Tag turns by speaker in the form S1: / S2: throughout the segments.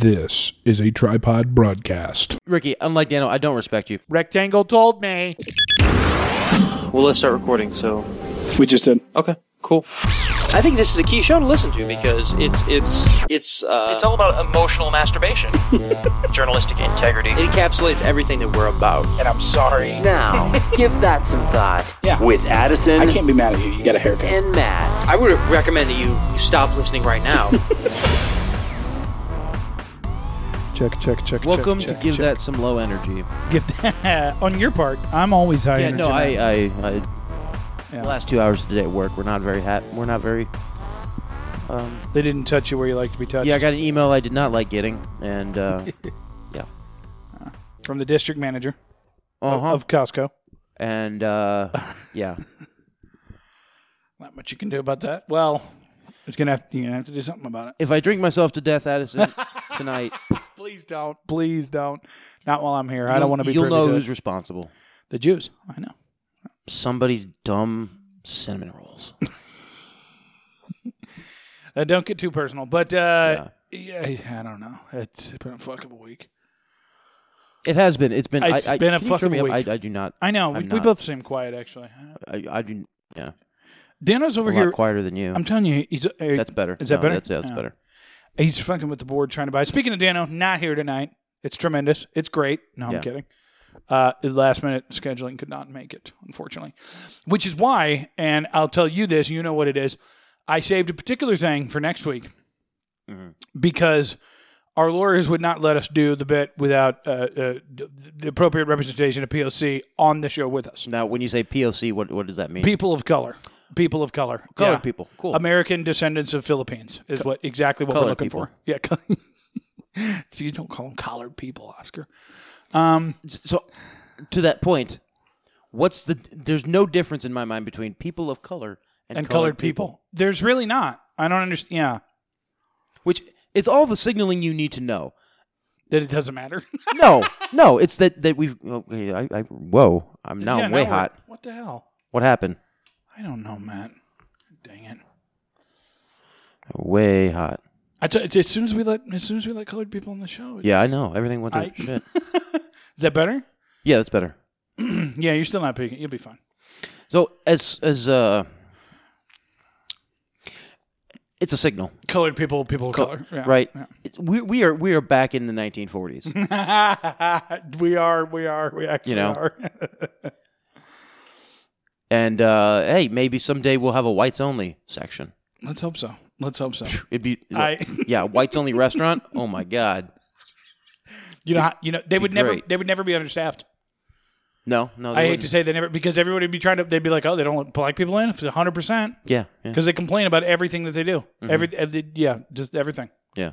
S1: This is a tripod broadcast.
S2: Ricky, unlike Dano, I don't respect you.
S3: Rectangle told me.
S4: Well, let's start recording. So,
S5: We just did.
S4: okay, cool. I think this is a key show to listen to because it's it's it's uh, it's all about emotional masturbation, journalistic integrity. It encapsulates everything that we're about.
S5: And I'm sorry.
S6: Now, give that some thought.
S5: Yeah.
S6: With Addison
S5: I can't be mad at you. You got a haircut.
S6: and Matt.
S4: I would recommend that you, you stop listening right now.
S7: Check, check, check.
S2: Welcome
S7: check, check,
S2: to give
S7: check.
S2: that some low energy.
S3: Get that on your part. I'm always high
S2: yeah,
S3: energy.
S2: no, I,
S3: man.
S2: I, I
S3: Yeah.
S2: the last two hours of the day at work, we're not very happy. We're not very. Um,
S3: They didn't touch you where you like to be touched.
S2: yeah, I got an email I did not like getting, and uh,
S3: from the district manager of-
S2: uh-huh.
S3: of Costco.
S2: and uh, yeah,
S3: Not much you can do about that. Well, it's gonna have to, you're gonna have to do something about it.
S2: if I drink myself to death, Addison, tonight,
S3: Please don't. Please don't. Not while I'm here. I don't want to be.
S2: You'll
S3: privy
S2: know
S3: to it.
S2: who's responsible.
S3: the Jews. I know.
S2: Somebody's dumb cinnamon rolls.
S3: Uh, don't get too personal, but uh, yeah. I don't know. It's been a fuck of a week.
S2: It has been. It's been.
S3: It's
S2: I, I,
S3: been a
S2: can you turn
S3: fucking
S2: me up?
S3: week.
S2: I, I do not.
S3: I know. We,
S2: I'm
S3: we
S2: not.
S3: both seem quiet actually.
S2: I, I do. Yeah,
S3: Dano's over
S2: a lot
S3: here.
S2: quieter than you.
S3: I'm telling you, he's uh,
S2: that's better.
S3: Is that
S2: No,
S3: better? Oh.
S2: That's, that's
S3: Yeah.
S2: better.
S3: He's fucking with the board trying to buy. Speaking of Dano, not here tonight. It's tremendous. It's great. No, I'm
S2: Yeah.
S3: kidding. Uh, last minute scheduling could not make it, unfortunately, which is why, and I'll tell you this, you know what it is. I saved a particular thing for next week because our lawyers would not let us do the bit without uh, uh, d- the appropriate representation of POC on the show with us.
S2: Now, when you say POC, what what does that mean?
S3: People of color. People of color.
S2: Colored people. Cool.
S3: American descendants of Philippines is what exactly what we're
S2: Colored
S3: looking
S2: people.
S3: for. Yeah. col- so you don't call them collared people, Oscar.
S2: so, to that point, what's the? There's no difference in my mind between people of color and,
S3: And colored, people. There's really not. I don't understand. Yeah.
S2: which it's all the signaling you need to know.
S3: That it doesn't matter.
S2: No, no, it's that that we've. Okay, I, I, whoa, I'm now
S3: Yeah,
S2: I'm Oh, way
S3: we're-
S2: hot.
S3: What the hell?
S2: What happened?
S3: I don't know, Matt. Dang it.
S2: Way hot.
S3: I t- as soon as we let as soon as we let colored people on the show. it-
S2: Yeah, I know. Everything went to
S3: I-
S2: shit.
S3: Is that better?
S2: Yeah, that's better.
S3: Yeah, you're still not peeking. You'll be fine.
S2: So as as uh, it's a signal.
S3: Colored people, people of color. Oh, Yeah.
S2: right? It's, we, we are we are back in the 1940s.
S3: we are, we are, we actually
S2: You know.
S3: are.
S2: and uh, hey, maybe someday we'll have a whites only section.
S3: Let's hope so. Let's hope so.
S2: It'd be
S3: I-
S2: yeah, whites only restaurant. Oh my god.
S3: You know, how- you know, they would never,
S2: great.
S3: they would never be understaffed.
S2: No, no.
S3: I
S2: they
S3: hate to
S2: wouldn't.
S3: say they never because everybody would be trying to. They'd be like, oh, they don't let black people in. If it's hundred percent,
S2: Yeah, yeah,
S3: because they complain about everything that they do.
S2: Mm-hmm.
S3: Every, every, yeah, just everything.
S2: yeah.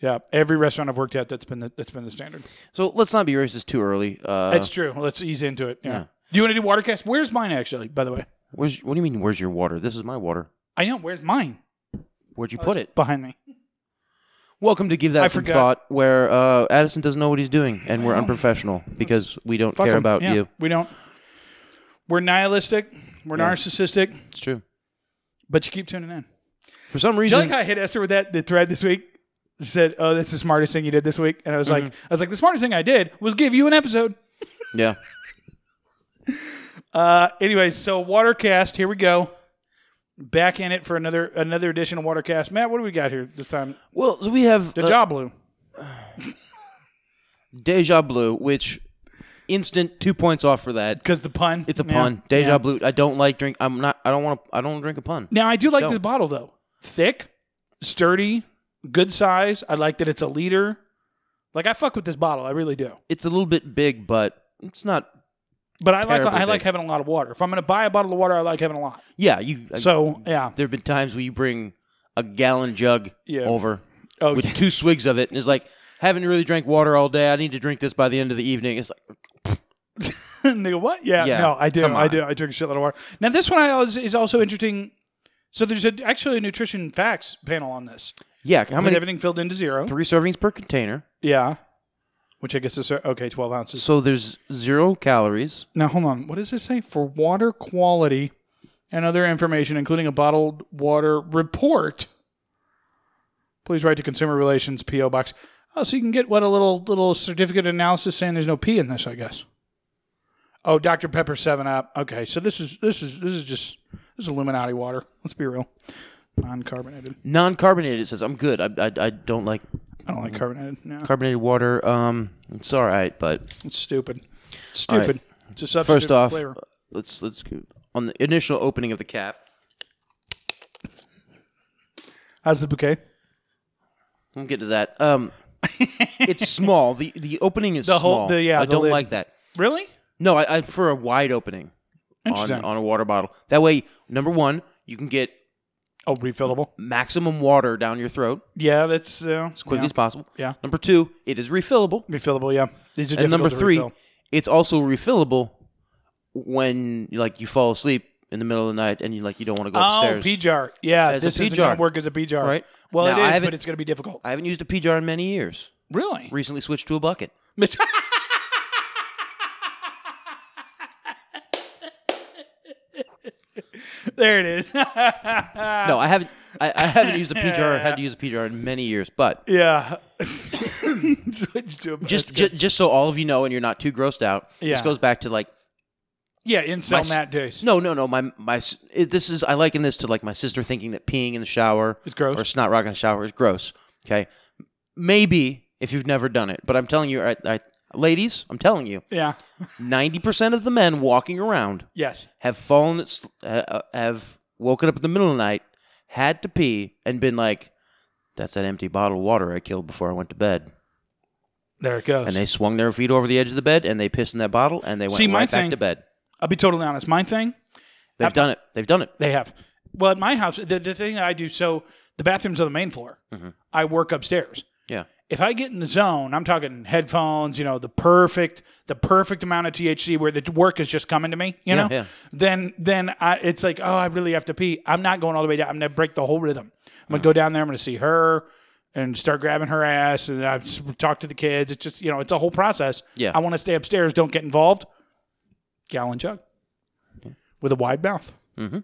S3: Yeah, every restaurant I've worked at, that's been the, that's been the standard.
S2: So let's not be racist too early. Uh,
S3: That's true. Let's ease into it. Yeah. Do you want to do water cast? Where's mine actually? By the way,
S2: where's, what do you mean? Where's your water? This is my water.
S3: I know where's mine
S2: Where'd you put it?
S3: behind me.
S2: Welcome to give that
S3: Oh, I
S2: some
S3: forgot.
S2: thought, where uh, Addison doesn't know what he's doing, and we're unprofessional because we don't
S3: Fuck
S2: care
S3: 'em.
S2: about
S3: Yeah,
S2: you.
S3: We don't. We're nihilistic. We're
S2: Yeah.
S3: narcissistic.
S2: It's true.
S3: But you keep tuning in.
S2: For some
S3: Do you
S2: reason,
S3: like how I hit Esther with that the thread this week? She said, "Oh, that's the smartest thing you did this week," and I was like,
S2: Mm-hmm.
S3: "I was like, the smartest thing I did was give you an episode."
S2: yeah.
S3: Uh, anyways, so Watercast, here we go, back in it for another another edition of Watercast. Matt, what do we got here this time?
S2: Well, so we have
S3: The
S2: uh,
S3: job blue.
S2: Deja Blue, which instant two points off for that.
S3: because the pun.
S2: It's a
S3: Yeah.
S2: pun. Deja
S3: Yeah.
S2: Blue. I don't like drink. I'm not. I don't want to. I don't drink a pun.
S3: Now I do like this
S2: Don't.
S3: bottle though. Thick, sturdy, good size. I like that it's a liter. Like I fuck with this bottle, I really do.
S2: It's a little bit big, but it's not.
S3: But I like
S2: Terribly
S3: I like
S2: big.
S3: having a lot of water. If I'm gonna buy a bottle of water, I like having a lot.
S2: Yeah, you.
S3: So yeah,
S2: there have been times where you bring a gallon jug
S3: Yeah.
S2: over
S3: Oh,
S2: with
S3: yeah.
S2: two swigs of it, and it's like haven't really drank water all day. I need to drink this by the end of the evening. It's like
S3: nigga, what? Yeah,
S2: Yeah,
S3: no, I do,
S2: come
S3: I
S2: on.
S3: do, I drink a shitload of water. Now this one I always, is also interesting. So there's a, actually a nutrition facts panel on this.
S2: yeah, how
S3: I mean,
S2: many?
S3: everything filled into zero.
S2: Three servings per container.
S3: Yeah, which I guess is uh, okay, twelve ounces.
S2: So there's zero calories.
S3: Now, hold on. What does this say? For water quality and other information, including a bottled water report, Please write to Consumer Relations P.O. Box. Oh, so you can get what a little little certificate of analysis saying there's no P in this, I guess. Oh, Dr. Pepper Seven Up. Okay, so this is this is this is just this is Illuminati water. Let's be real, non-carbonated.
S2: Non-carbonated. It says I'm good. I, I, I don't like
S3: I don't like carbonated. No,
S2: carbonated water. Um, it's all right, but
S3: it's stupid. It's
S2: All right.
S3: stupid. It's a substitute
S2: first
S3: for
S2: off,
S3: flavor.
S2: let's let's go- on the initial opening of the cap.
S3: how's the bouquet?
S2: We'll get to that. Um, it's small. the The opening is
S3: The whole-
S2: small.
S3: the- yeah,
S2: I
S3: the
S2: don't
S3: lid.
S2: like that.
S3: Really?
S2: No, I, I for a wide opening on,
S3: Interesting.
S2: on a water bottle. That way, number one, you can get
S3: Oh, refillable.
S2: maximum water down your throat
S3: Yeah, that's uh,
S2: as quickly
S3: yeah.
S2: as possible.
S3: Yeah.
S2: Number two, it is refillable.
S3: refillable. Yeah, these are
S2: and number
S3: difficult to
S2: three,
S3: refill.
S2: it's also refillable when like you fall asleep in the middle of the night and you like you don't want to go
S3: Oh,
S2: upstairs.
S3: pea jar. Yeah,
S2: As a
S3: this
S2: pea
S3: isn't going
S2: jar.
S3: to work as a pea jar.
S2: Right.
S3: Well,
S2: Now, I
S3: it is,
S2: haven't-
S3: but it's going to be difficult.
S2: I haven't used a pee jar in many years.
S3: really?
S2: Recently switched to a bucket.
S3: there it is. Ah.
S2: No, I haven't. I, I haven't used a pee jar. or Had to use a pee jar in many years. But
S3: yeah. Switch to a-
S2: just
S3: that's good.
S2: just, just so all of you know, and you're not too grossed out. This
S3: Yeah.
S2: goes back to like
S3: yeah, incel
S2: s-
S3: Matt Dace.
S2: No, no, no. My my. s- It, this is I liken this to like my sister thinking that peeing in the shower
S3: Is gross.
S2: or snot rocking in the shower is gross. Okay, maybe if you've never done it, but I'm telling you, I, I, ladies, I'm telling you,
S3: Yeah.
S2: ninety percent of the men walking around
S3: Yes.
S2: have fallen, s- uh, uh, have woken up in the middle of the night, had to pee, and been like, "That's that empty bottle of water I killed before I went to bed."
S3: There it goes.
S2: And they swung their feet over the edge of the bed, and they pissed in that bottle, and they went
S3: See, my
S2: right
S3: thing-
S2: back to bed.
S3: I'll be totally honest. My thing,
S2: They've done it. They've done it.
S3: They have. Well, at my house, the, the thing that I do, so the bathroom's on the main floor.
S2: Mm-hmm.
S3: I work upstairs.
S2: Yeah.
S3: If I get in the zone, I'm talking headphones, you know, the perfect, the perfect amount of THC where the work is just coming to me,
S2: Yeah,
S3: you know,
S2: yeah.
S3: then, then I, it's like, oh, I really have to pee. I'm not going all the way down. I'm going to break the whole rhythm. I'm going to go down there. I'm going to see her and start grabbing her ass and I s- talk to the kids. It's just, you know, it's a whole process.
S2: Yeah.
S3: I want to stay upstairs. Don't get involved. Gallon jug with a wide mouth.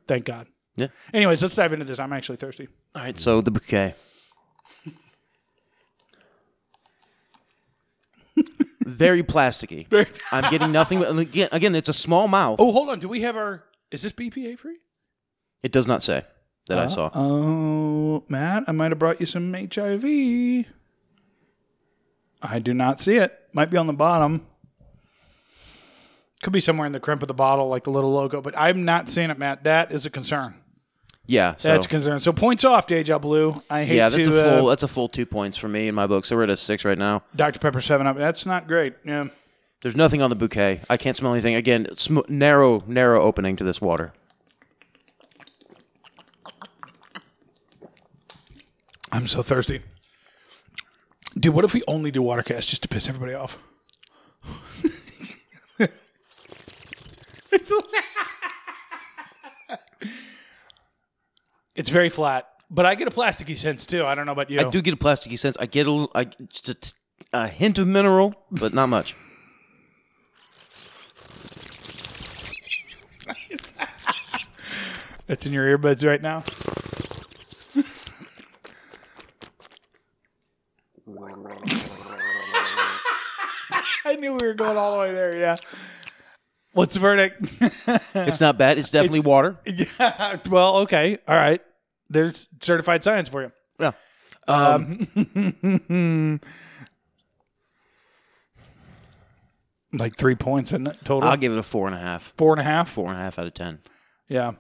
S3: Thank God.
S2: Yeah.
S3: Anyways, let's dive into this. I'm actually thirsty.
S2: All right, so the bouquet. Very plasticky. I'm getting nothing. But and again, again, it's a small mouth.
S3: Oh, hold on. Do we have our? Is this BPA free?
S2: It does not say that
S3: Uh-huh.
S2: I saw.
S3: Oh, Matt, I might have brought you some HIV. I do not see it. Might be on the bottom. Could be somewhere in the crimp of the bottle, like the little logo. But I'm not seeing it, Matt. That is a concern.
S2: yeah, so
S3: That's a concern. So points off, Deja Blue. I hate
S2: yeah, that's
S3: to
S2: a full.
S3: uh,
S2: that's a full two points for me in my book. So we're at a six right now.
S3: Dr Pepper Seven Up. That's not great. Yeah.
S2: There's nothing on the bouquet. I can't smell anything. Again, sm- narrow, narrow opening to this water.
S3: I'm so thirsty. Dude, what if we only do watercast just to piss everybody off? it's very flat, but I get a plasticky sense too. I don't know about you.
S2: I do get a plasticky sense. I get a, little- I- just a t- a hint of mineral, but not much.
S3: That's in your earbuds right now. I knew we were going all the way there. Yeah. What's the verdict?
S2: It's not bad. It's definitely
S3: It's-
S2: water.
S3: yeah. Uh, Well, okay. All right. There's certified science for you. Um,
S2: Yeah.
S3: Like three points in that total.
S2: I'll give it a four and a half.
S3: four and a half.
S2: Four and a half out of ten.
S3: Yeah.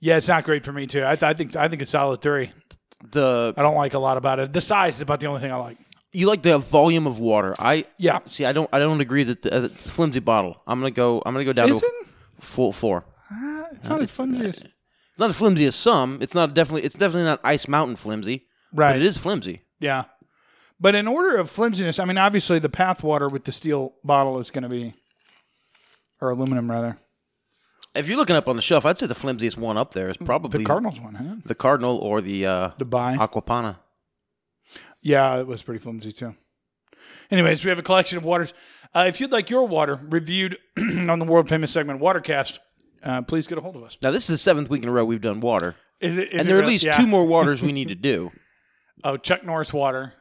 S3: Yeah, it's not great for me too. I, th- I think I think it's solid three.
S2: The
S3: I don't like a lot about it. The size is about the only thing I like.
S2: you like the volume of water. I
S3: Yeah.
S2: See, I don't. I don't agree that the, uh, the flimsy bottle. I'm gonna go. I'm gonna go down
S3: Is
S2: to a
S3: it?
S2: full four.
S3: It's not as fun as this.
S2: Not as flimsy as some. It's not definitely. It's definitely not Ice Mountain flimsy.
S3: Right.
S2: But it is flimsy.
S3: Yeah. But in order of flimsiness, I mean, obviously the pathwater with the steel bottle is going to be, or aluminum rather,
S2: If you're looking up on the shelf, I'd say the flimsiest one up there is probably
S3: the Cardinals one, huh?
S2: the Cardinal or the uh,
S3: The buy.
S2: Aquapana.
S3: Yeah, it was pretty flimsy too. Anyways, we have a collection of waters. Uh, if you'd like your water reviewed on the world famous segment Watercast, uh, please get a hold of us.
S2: Now this is the seventh week in a row we've done water,
S3: Is it? Is
S2: and
S3: it
S2: there are at
S3: really-
S2: least
S3: yeah.
S2: two more waters we need to do.
S3: Oh, Chuck Norris water.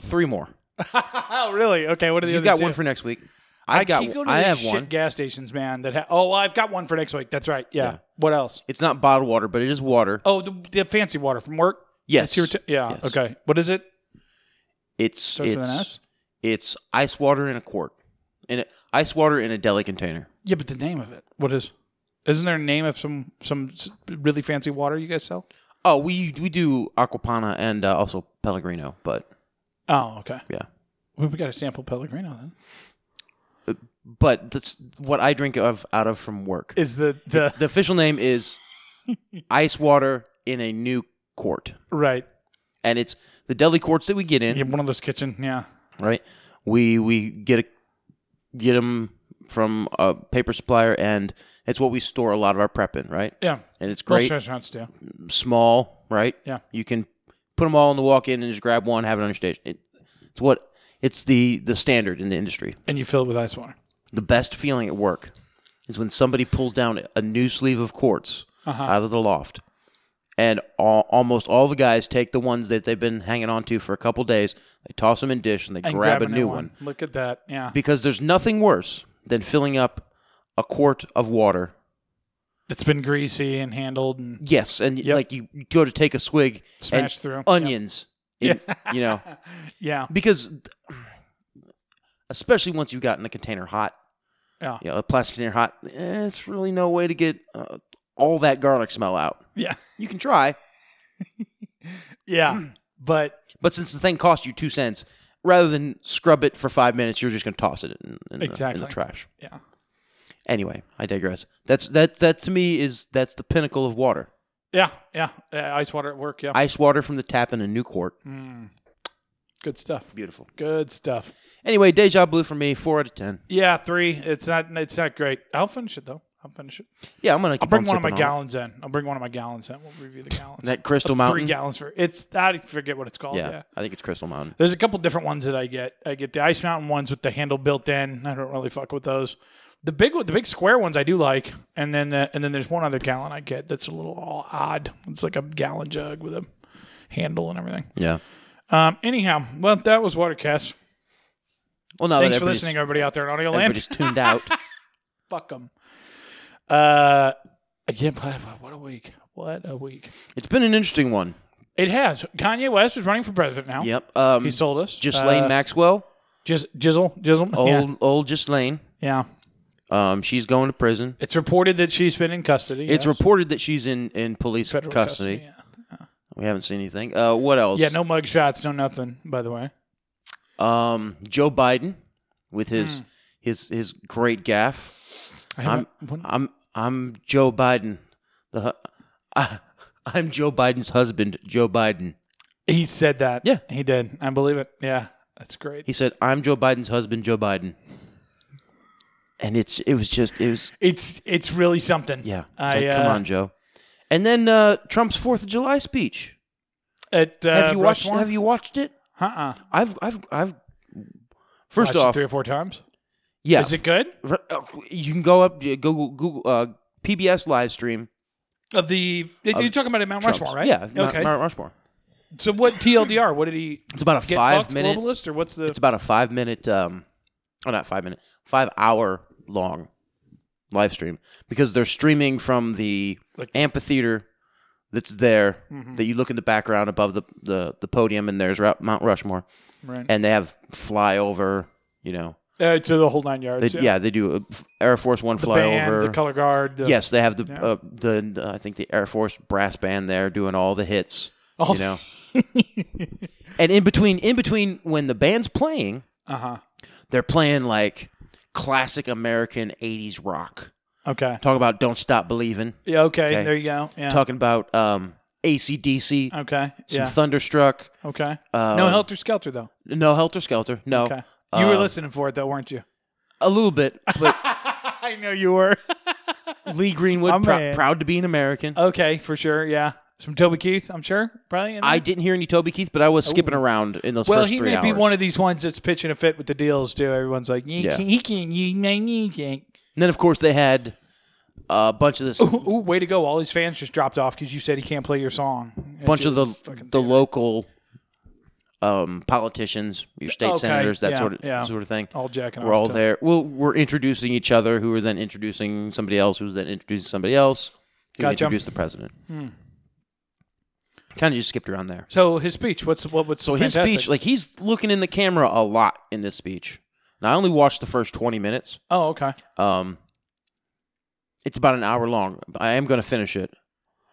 S2: Three more.
S3: Oh, really? Okay. What are the
S2: You
S3: other
S2: got
S3: two?
S2: one for next week. I, got.
S3: keep going
S2: One.
S3: to
S2: I
S3: these
S2: have
S3: shit
S2: one.
S3: Gas stations, man. That ha- oh, I've got one for next week. That's right. Yeah. What else?
S2: it's not bottled water, but it is water.
S3: Oh, the, the fancy water from work.
S2: yes.
S3: That's your t- yeah.
S2: Yes.
S3: Okay. What is it?
S2: It's
S3: Starts with
S2: it's
S3: an S?
S2: it's ice water in a quart, in a, ice water in a deli container.
S3: Yeah, but the name of it. What is? Isn't there a name of some some s- really fancy water you guys sell?
S2: Oh, we we do Aquapana and uh, also Pellegrino, but
S3: Oh, okay.
S2: yeah.
S3: Well, we got to sample Pellegrino then.
S2: But that's what I drink of out of from work.
S3: Is the the
S2: the official name is ice water in a new quart,
S3: right?
S2: and it's the deli quarts that we get in.
S3: Yeah, one of those kitchen. Yeah.
S2: right? We we get a, get them from a paper supplier, and it's what we store a lot of our prep in, right?
S3: Yeah.
S2: And it's
S3: Most
S2: great,
S3: restaurants do.
S2: small, right?
S3: Yeah.
S2: You can put them all in the walk-in and just grab one, have it on your station. It, it's what it's the the standard in the industry.
S3: And you fill it with ice water.
S2: The best feeling at work is when somebody pulls down a new sleeve of quartz out of the loft. And all, almost all the guys take the ones that they've been hanging on to for a couple days. They toss them in dish and they
S3: And
S2: grab, a new one
S3: Look at that. Yeah.
S2: because there's nothing worse than filling up a quart of water.
S3: it's been greasy and handled and
S2: Yes, and
S3: Yep.
S2: like you go to take a swig,
S3: Smash
S2: and
S3: through.
S2: onions. in- you know,
S3: yeah.
S2: because especially once you've gotten a container hot,
S3: Yeah.
S2: you know, a plastic container hot, eh, it's really no way to get uh, all that garlic smell out.
S3: Yeah.
S2: You can try,
S3: Yeah. But
S2: but since the thing costs you two cents, rather than scrub it for five minutes, you're just going to toss it in, in, the,
S3: Exactly.
S2: in the trash.
S3: yeah.
S2: Anyway, I digress. That's that. That to me is that's the pinnacle of water.
S3: Yeah. Yeah. Uh, ice water at work. Yeah.
S2: ice water from the tap in a new quart.
S3: Mm. Good stuff.
S2: Beautiful.
S3: Good stuff.
S2: Anyway, deja blue for me, four out of ten.
S3: Yeah, three. It's not. It's not great. I'll finish it though. I'll finish it.
S2: Yeah, I'm gonna. Keep
S3: I'll bring
S2: on
S3: one of my
S2: sipping on it.
S3: gallons in. I'll bring one of my gallons in. We'll review the gallons.
S2: That Crystal
S3: Uh,
S2: Mountain?
S3: Three gallons for it's. I forget what it's called.
S2: Yeah,
S3: Yeah.
S2: I think it's Crystal Mountain.
S3: There's a couple different ones that I get. I get the Ice Mountain ones with the handle built in. I don't really fuck with those. The big one, the big square ones I do like, and then the, and then there's one other gallon I get that's a little all odd. It's like a gallon jug with a handle and everything.
S2: Yeah.
S3: Um. Anyhow, well, that was Watercast.
S2: Well, now
S3: Thanks
S2: that
S3: for
S2: everybody's-
S3: listening, everybody out there in Audio Land.
S2: Everybody's tuned out.
S3: fuck them. Uh, yeah, but what a week. What a week.
S2: It's been an interesting one.
S3: It has. Kanye West is running for president now.
S2: Yep. Um,
S3: He's told us.
S2: Ghislaine
S3: Uh,
S2: Maxwell,
S3: Jis- Jizzle. Jizzle.
S2: old
S3: Yeah.
S2: old Ghislaine.
S3: yeah.
S2: Um, she's going to prison.
S3: It's reported that she's been in custody.
S2: It's
S3: yes.
S2: reported that she's in in police
S3: Federal
S2: custody.
S3: yeah.
S2: We haven't seen anything. Uh, what else?
S3: Yeah, no mug shots, no nothing, by the way.
S2: Um, Joe Biden with
S3: Hmm.
S2: his his his great gaff.
S3: I
S2: I'm
S3: haven't- when-
S2: I'm I'm Joe Biden. The hu- I, I'm Joe Biden's husband, Joe Biden.
S3: he said that.
S2: Yeah.
S3: He did. I believe it. Yeah. That's great.
S2: He said, "I'm Joe Biden's husband, Joe Biden." And it's it was just it was
S3: It's it's really something.
S2: yeah. It's
S3: I,
S2: like, come
S3: uh,
S2: on, Joe. And then uh, Trump's Fourth of July speech.
S3: At, uh,
S2: Have you watched?
S3: Rushmore?
S2: Have you watched it?
S3: Uh-uh.
S2: I've I've I've. First
S3: Watched it
S2: off,
S3: three or four times.
S2: yeah,
S3: Is it good?
S2: r- uh, you can go up Google Google uh, PBS live stream.
S3: Of the you're talking about at Mount
S2: Trump's-
S3: Rushmore, right?
S2: Yeah, Mount-
S3: Okay.
S2: Mount Rushmore.
S3: So what TLDR? What did he?
S2: It's about a
S3: Get
S2: five
S3: fucked,
S2: minute.
S3: globalist, or what's the?
S2: It's about a five minute, um, oh, not five minute, five hour long live stream because they're streaming from the
S3: Like- Mm-hmm.
S2: amphitheater that's there that you look in the background above the, the, the podium and there's Ru- Mount Rushmore
S3: right.
S2: and they have flyover, you know,
S3: uh, to the whole nine yards.
S2: they, yeah. they do a f- Air Force One
S3: the band,
S2: flyover.
S3: the color guard. The,
S2: yes, they have the,
S3: Yeah.
S2: uh, the, the- I think the Air Force brass band there doing all the hits,
S3: All
S2: you
S3: the-
S2: know, and in between, in between when the band's playing,
S3: Uh huh.
S2: they're playing like classic American 80s rock.
S3: Okay.
S2: Talking about Don't Stop Believing.
S3: Yeah. Okay.
S2: Okay.
S3: There you go. Yeah.
S2: Talking about um, ACDC,
S3: Okay.
S2: some
S3: Yeah.
S2: Thunderstruck.
S3: okay.
S2: Uh,
S3: no helter skelter though.
S2: No Helter Skelter. No.
S3: Okay. You were
S2: Uh,
S3: listening for it though, weren't you?
S2: A little bit. But
S3: I know you were.
S2: Lee Greenwood,
S3: I'm
S2: prou-
S3: in. Uh,
S2: proud to be an American.
S3: okay, for sure. Yeah. Some Toby Keith, I'm sure. Probably. In there.
S2: I didn't hear any Toby Keith, but I was skipping around in those
S3: Well,
S2: first
S3: he
S2: three
S3: may be
S2: hours.
S3: one of these ones that's pitching a fit with the deals too. Everyone's like, you
S2: Yeah.
S3: can't, he can't, you may you can't.
S2: and then, of course, they had a bunch of this,
S3: Ooh, ooh, way to go! All his fans just dropped off because you said he can't play your song.
S2: bunch of the
S3: Fucking
S2: the
S3: damn it.
S2: local um, politicians, your state
S3: Okay,
S2: senators, that
S3: yeah,
S2: sort of
S3: yeah.
S2: sort of thing.
S3: All jacking
S2: We're
S3: off
S2: all
S3: to-
S2: there. Well, we're introducing each other, who are then introducing somebody else, who's then introducing somebody else, who
S3: Gotcha. Hmm.
S2: introduced the president. Kind of just skipped around there.
S3: So his speech. What's what? What's
S2: So his
S3: fantastic?
S2: speech, like he's looking in the camera a lot in this speech. And I only watched the first twenty minutes.
S3: oh, okay.
S2: Um, it's about an hour long. I am going to finish it,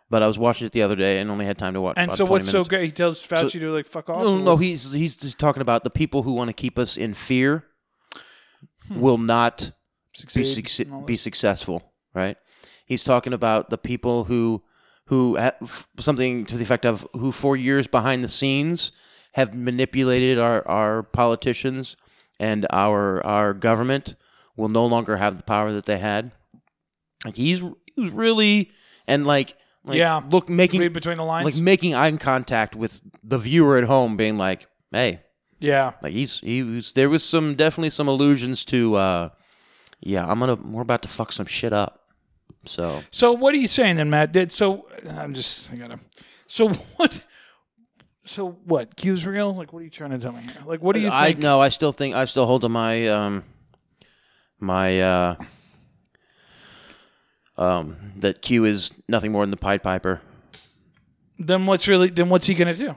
S2: but I was watching it the other day and only had time to watch.
S3: And
S2: about
S3: so
S2: 20
S3: what's so
S2: minutes.
S3: great? He tells Fauci to like fuck off.
S2: No,
S3: or
S2: no, no,
S3: what's-
S2: he's he's just talking about the people who want to keep us in fear will not be
S3: succeed and
S2: succe-
S3: all that.
S2: be successful, right? He's talking about the people who who ha- f- something to the effect of who for years behind the scenes have manipulated our our politicians and our our government will no longer have the power that they had. Like he's he was really and like, like
S3: Yeah.
S2: look making
S3: Read between the lines.
S2: like making eye contact with the viewer at home, being like, "Hey,
S3: yeah.
S2: like he's he was there was some definitely some allusions to, uh yeah, I'm gonna we're about to fuck some shit up." So
S3: So what are you saying then, Matt? Did so? I'm just. I gotta. So what? So what? Q's real? Like what are you trying to tell me? Here? Like what do you
S2: I
S3: think?
S2: no, I still think I still hold to my um my uh um that Q is nothing more than the Pied Piper.
S3: Then what's really? Then what's he gonna do?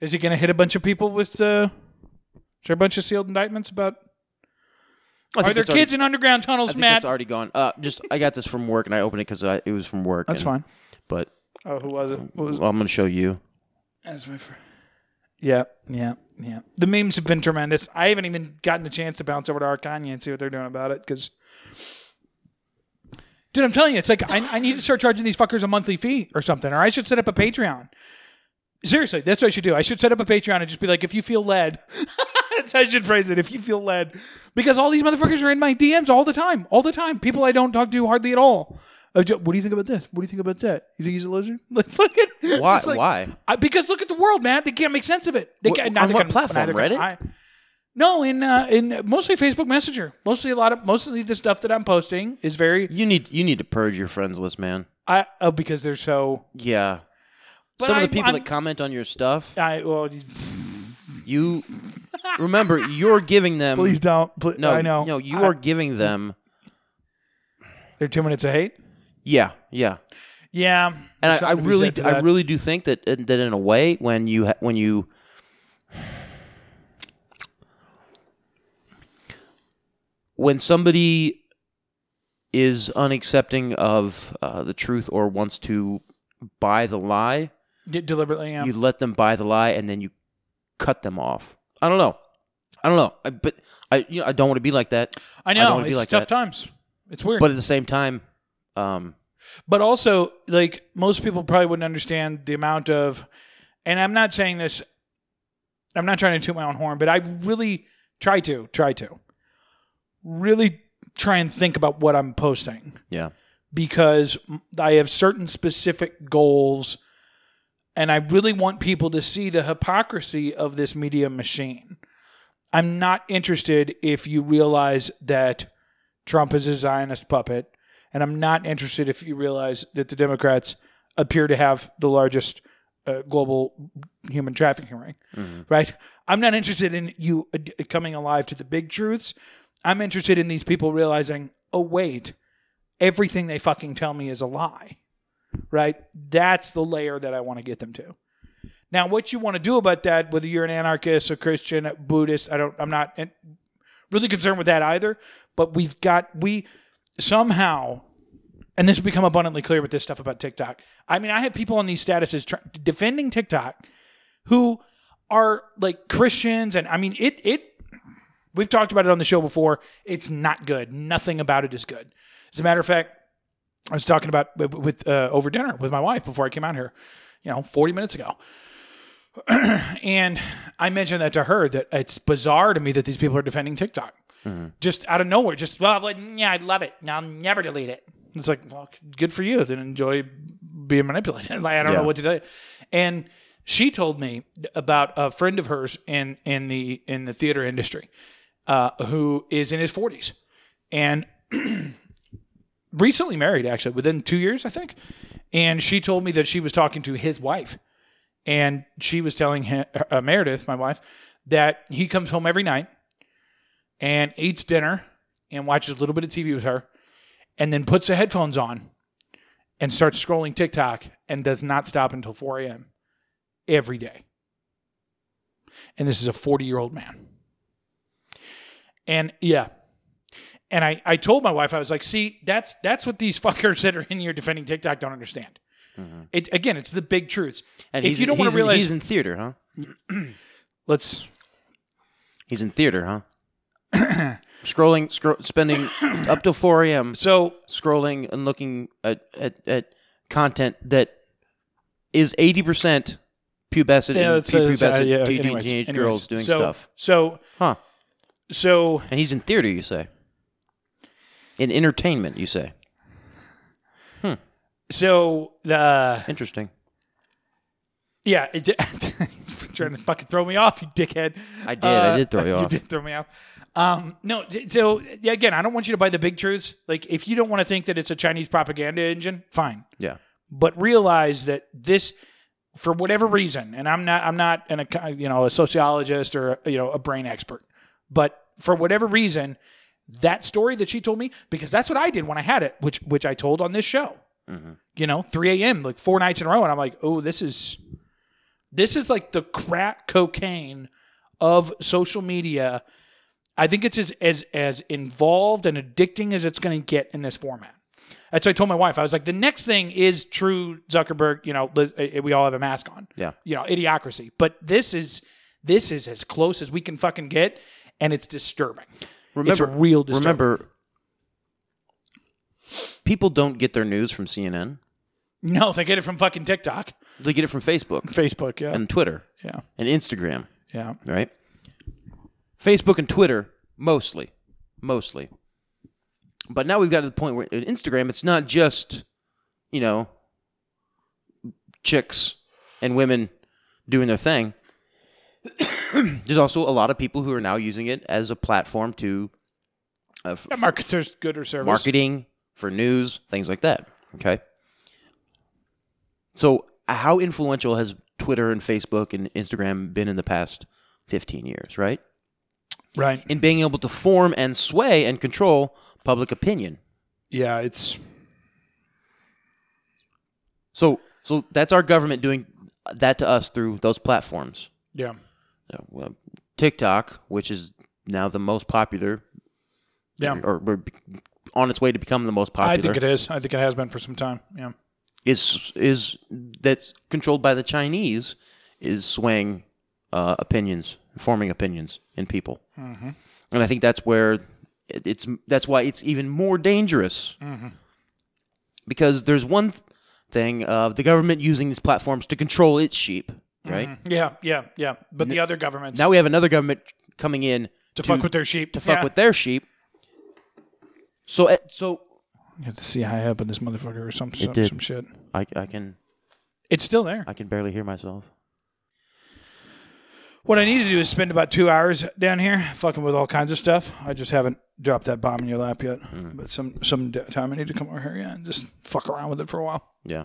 S3: Is he gonna hit a bunch of people with? Uh, is there a bunch of sealed indictments about?
S2: I
S3: Are
S2: think
S3: there
S2: that's already-
S3: kids in underground
S2: I
S3: tunnels,
S2: think
S3: Matt?
S2: that's already gone. Uh, just I got this from work and I opened it because it was from work.
S3: That's
S2: and-
S3: fine.
S2: But
S3: Oh, who was it? What was
S2: well, I'm gonna show you.
S3: That's my friend. Yeah, yeah, yeah. The memes have been tremendous. I haven't even gotten a chance to bounce over to our Kanye and see what they're doing about it because. Dude, I'm telling you, it's like I, I need to start charging these fuckers a monthly fee or something, or I should set up a Patreon. Seriously, that's what I should do. I should set up a Patreon and just be like, if you feel led, that's how I should phrase it. If you feel led, because all these motherfuckers are in my DMs all the time, all the time. People I don't talk to hardly at all. Uh, Joe, What do you think about this? What do you think about that? You think he's a lizard? Like fucking. it's
S2: Why-
S3: just like-
S2: why?
S3: I, because look at the world, man. They can't make sense of it. They
S2: Wh-
S3: can't,
S2: on
S3: neither
S2: what
S3: can-
S2: platform,
S3: neither can
S2: Reddit?
S3: I. No, in uh, in mostly Facebook Messenger. Mostly a lot of mostly the stuff that I'm posting is very
S2: You need you need to purge your friends list, man.
S3: I oh, because they're so
S2: Yeah.
S3: But
S2: Some of the
S3: I'm-
S2: people
S3: I'm-
S2: that comment on your stuff,
S3: I well
S2: you remember you're giving them.
S3: please don't please,
S2: No,
S3: I know
S2: No, you
S3: I-
S2: are giving them.
S3: they're two minutes of hate
S2: Yeah, yeah.
S3: yeah
S2: And
S3: there's
S2: I, I
S3: something to be
S2: really,
S3: said for
S2: I
S3: that.
S2: really do think that that in a way, when you ha- when you when somebody is unaccepting of uh, the truth or wants to buy the lie,
S3: Yeah, deliberately yeah.
S2: you let them buy the lie and then you cut them off. I don't know. I don't know. I, but I you know, I don't want to be like that.
S3: I
S2: don't
S3: know
S2: wanna be
S3: it's
S2: like
S3: tough
S2: that.
S3: times it's weird
S2: But at the same time, um,
S3: but also like most people probably wouldn't understand the amount of and i'm not saying this i'm not trying to toot my own horn but i really try to try to really try and think about what i'm posting
S2: yeah.
S3: because i have certain specific goals and i really want people to see the hypocrisy of this media machine i'm not interested if you realize that Trump is a Zionist puppet, and I'm not interested if you realize that the Democrats appear to have the largest uh, global human trafficking ring. Right? I'm not interested in you uh, d- coming alive to the big truths. I'm interested in these people realizing, oh wait, everything they fucking tell me is a lie. Right? That's the layer that I want to get them to. Now, what you want to do about that, whether you're an anarchist, a Christian, a Buddhist, I don't, I'm not and really concerned with that either. But we've got we somehow, and this has become abundantly clear with this stuff about TikTok. I mean, I have people on these statuses tr- defending TikTok who are like Christians, and I mean it. It we've talked about it on the show before. It's not good. Nothing about it is good. As a matter of fact, I was talking about with- with uh, over dinner with my wife before I came out here. You know, forty minutes ago. And I mentioned that to her that it's bizarre to me that these people are defending TikTok just out of nowhere. Just well, I'm like, yeah, I love it. Now I'll never delete it. It's like, well, good for you. Then enjoy being manipulated. Like I don't know
S2: Yeah.
S3: what to tell you. And she told me about a friend of hers in in the in the theater industry uh, who is in his forties and recently married actually within two years I think. And she told me that she was talking to his wife and she was telling him, uh, Meredith, my wife, that he comes home every night and eats dinner and watches a little bit of TV with her, and then puts the headphones on and starts scrolling TikTok and does not stop until 4 a.m. every day. And this is a 40 year old man. And yeah. And I, I told my wife, I was like, see, that's that's what these fuckers that are in here defending TikTok don't understand. It again, it's the big truths.
S2: Mm-hmm. And
S3: if
S2: he's
S3: you don't
S2: in-
S3: want
S2: he's
S3: to
S2: in-
S3: realize
S2: he's in theater, huh?
S3: let's
S2: He's in theater, huh? scrolling, scro- spending up till 4 a.m.
S3: so
S2: scrolling and looking at, at, at content that is 80% pubescent
S3: yeah,
S2: and
S3: that's, uh,
S2: prepubescent
S3: yeah,
S2: teen-
S3: anyways,
S2: teenage
S3: anyways.
S2: girls doing
S3: So-
S2: stuff.
S3: So
S2: Huh.
S3: so
S2: And he's in theater, you say? In entertainment, you say?
S3: so the
S2: Interesting.
S3: yeah, it, di- trying to fucking throw me off, you dickhead.
S2: I did. I did throw you off.
S3: Uh, did throw me off. Um, no, d- so yeah, again, I don't want you to buy the big truths. Like, if you don't want to think that it's a Chinese propaganda engine, fine.
S2: Yeah.
S3: but realize that this for whatever reason and i'm not i'm not an eco- you know a sociologist or you know a brain expert but for whatever reason that story that she told me because that's what i did when i had it which which i told on this show you know 3 a.m like four nights in a row and i'm like oh this is this is like the crack cocaine of social media i think it's as as, as involved and addicting as it's going to get in this format that's what I told my wife. I was like, the next thing is true Zuckerberg. You know, li- uh, we all have a mask on.
S2: Yeah.
S3: You know, idiocracy. But this is this is as close as we can fucking get, and it's disturbing. it's
S2: Remember-
S3: real disturbing.
S2: Remember, people don't get their news from CNN.
S3: no, they get it from fucking TikTok,
S2: They get it from Facebook
S3: Facebook. Yeah,
S2: and Twitter
S3: yeah,
S2: and Instagram.
S3: yeah.
S2: right? Facebook and Twitter, mostly, mostly. But now we've got to the point where in Instagram, it's not just, you know, chicks and women doing their thing. There's also a lot of people who are now using it as a platform to uh, f-
S3: That marketers, good or service.
S2: marketing for news, things like that. Okay. So, how influential has Twitter and Facebook and Instagram been in the past 15 years, right?
S3: Right.
S2: in being able to form and sway and control public opinion.
S3: Yeah. It's
S2: So, so that's our government doing that to us through those platforms.
S3: yeah.
S2: Uh, well, TikTok, which is now the most popular,
S3: Yeah.
S2: or, or be- on its way to become the most popular,
S3: I think it is. I think it has been for some time. Yeah.
S2: is is that's controlled by the Chinese, is swaying uh, opinions, forming opinions in people, and I think that's where it, it's that's why it's even more dangerous because there's one th- thing of the government using these platforms to control its sheep, right?
S3: Yeah. Yeah. Yeah. But the other governments
S2: Now we have another government coming in
S3: to, fuck with their sheep.
S2: to fuck
S3: Yeah.
S2: with their sheep. So uh, so
S3: Yeah, the CIA up in this motherfucker or some some,
S2: did.
S3: some shit.
S2: I, I can
S3: It's still there.
S2: I can barely hear myself.
S3: What I need to do is spend about two hours down here fucking with all kinds of stuff. I just haven't dropped that bomb in your lap yet.
S2: Hmm.
S3: But some some d- time I need to come over here yeah, and just fuck around with it for a while.
S2: Yeah,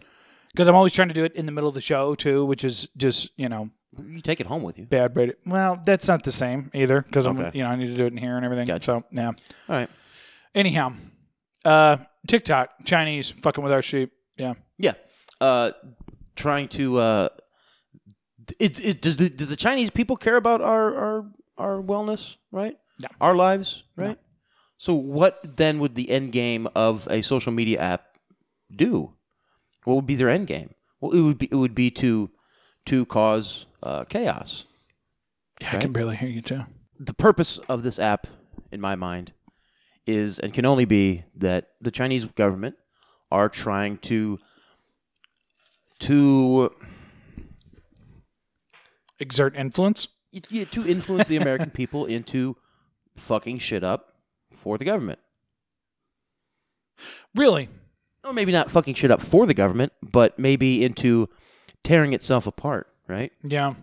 S3: Because I'm always trying to do it in the middle of the show too, which is just you know
S2: you take it home with you.
S3: bad rated. Well, that's not the same either because I'm
S2: Okay.
S3: you know I need to do it in here and everything.
S2: Gotcha.
S3: So yeah.
S2: All right.
S3: Anyhow, uh, TikTok Chinese fucking with our sheep. Yeah.
S2: Yeah, uh, trying to. Uh, it, it does the do the Chinese people care about our our our wellness, right?
S3: No.
S2: Our lives, right? So what then would the end game of a social media app do? What would be their end game? Well, it would be it would be to to cause uh, chaos.
S3: Yeah, I can barely hear you too.
S2: The purpose of this app, in my mind, is and can only be that the Chinese government are trying to to
S3: Exert influence.
S2: y- yeah, to influence the American people into fucking shit up for the government.
S3: Really?
S2: Or maybe not fucking shit up for the government, but maybe into tearing itself apart, right?
S3: Yeah.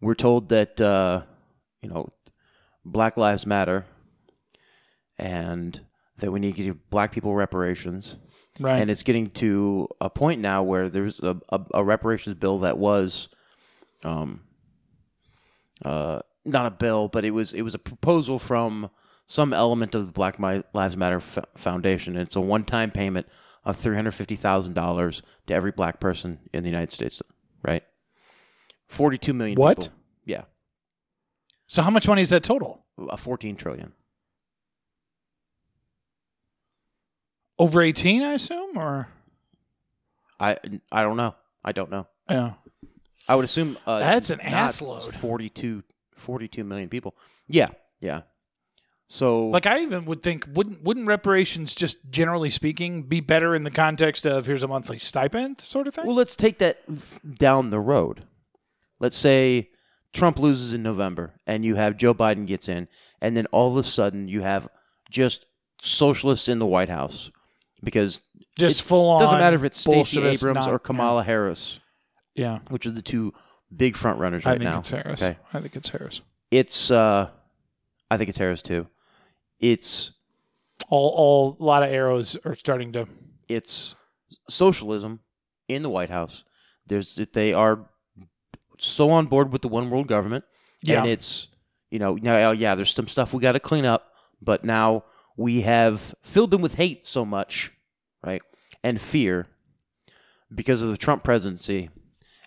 S2: We're told that, uh, you know, Black Lives Matter and that we need to give black people reparations.
S3: Right.
S2: And it's getting to a point now where there's a, a, a reparations bill that was, um, uh, not a bill, but it was it was a proposal from some element of the Black Mi- Lives Matter F- Foundation. And it's a one time payment of three hundred fifty thousand dollars to every black person in the United States. Right. Forty two million.
S3: What?
S2: people. Yeah.
S3: So how much money is that total?
S2: A fourteen trillion.
S3: Over 18, I assume, or
S2: I I don't know. I don't know.
S3: yeah.
S2: I would assume uh,
S3: That's an
S2: not
S3: ass load.
S2: 42, 42 million people. Yeah, yeah. So
S3: Like I even would think wouldn't wouldn't reparations just generally speaking be better in the context of here's a monthly stipend sort of thing?
S2: well, let's take that f- down the road. Let's say Trump loses in November, and you have Joe Biden gets in, and then all of a sudden you have just socialists in the White House because
S3: just
S2: it
S3: full on
S2: doesn't matter if it's Stacey
S3: Bolshevist,
S2: Abrams
S3: not-
S2: or Kamala Harris,
S3: Yeah,
S2: which are the two big front runners
S3: I
S2: right
S3: think
S2: now.
S3: it's Harris.
S2: Okay.
S3: I think it's Harris.
S2: It's uh, I think it's Harris too. It's
S3: All all a lot of arrows are starting to
S2: it's socialism in the White House. There's they are so on board with the one world government,
S3: Yeah.
S2: and it's you know now oh, yeah there's some stuff we got to clean up, but now we have filled them with hate so much, right, and fear because of the Trump presidency.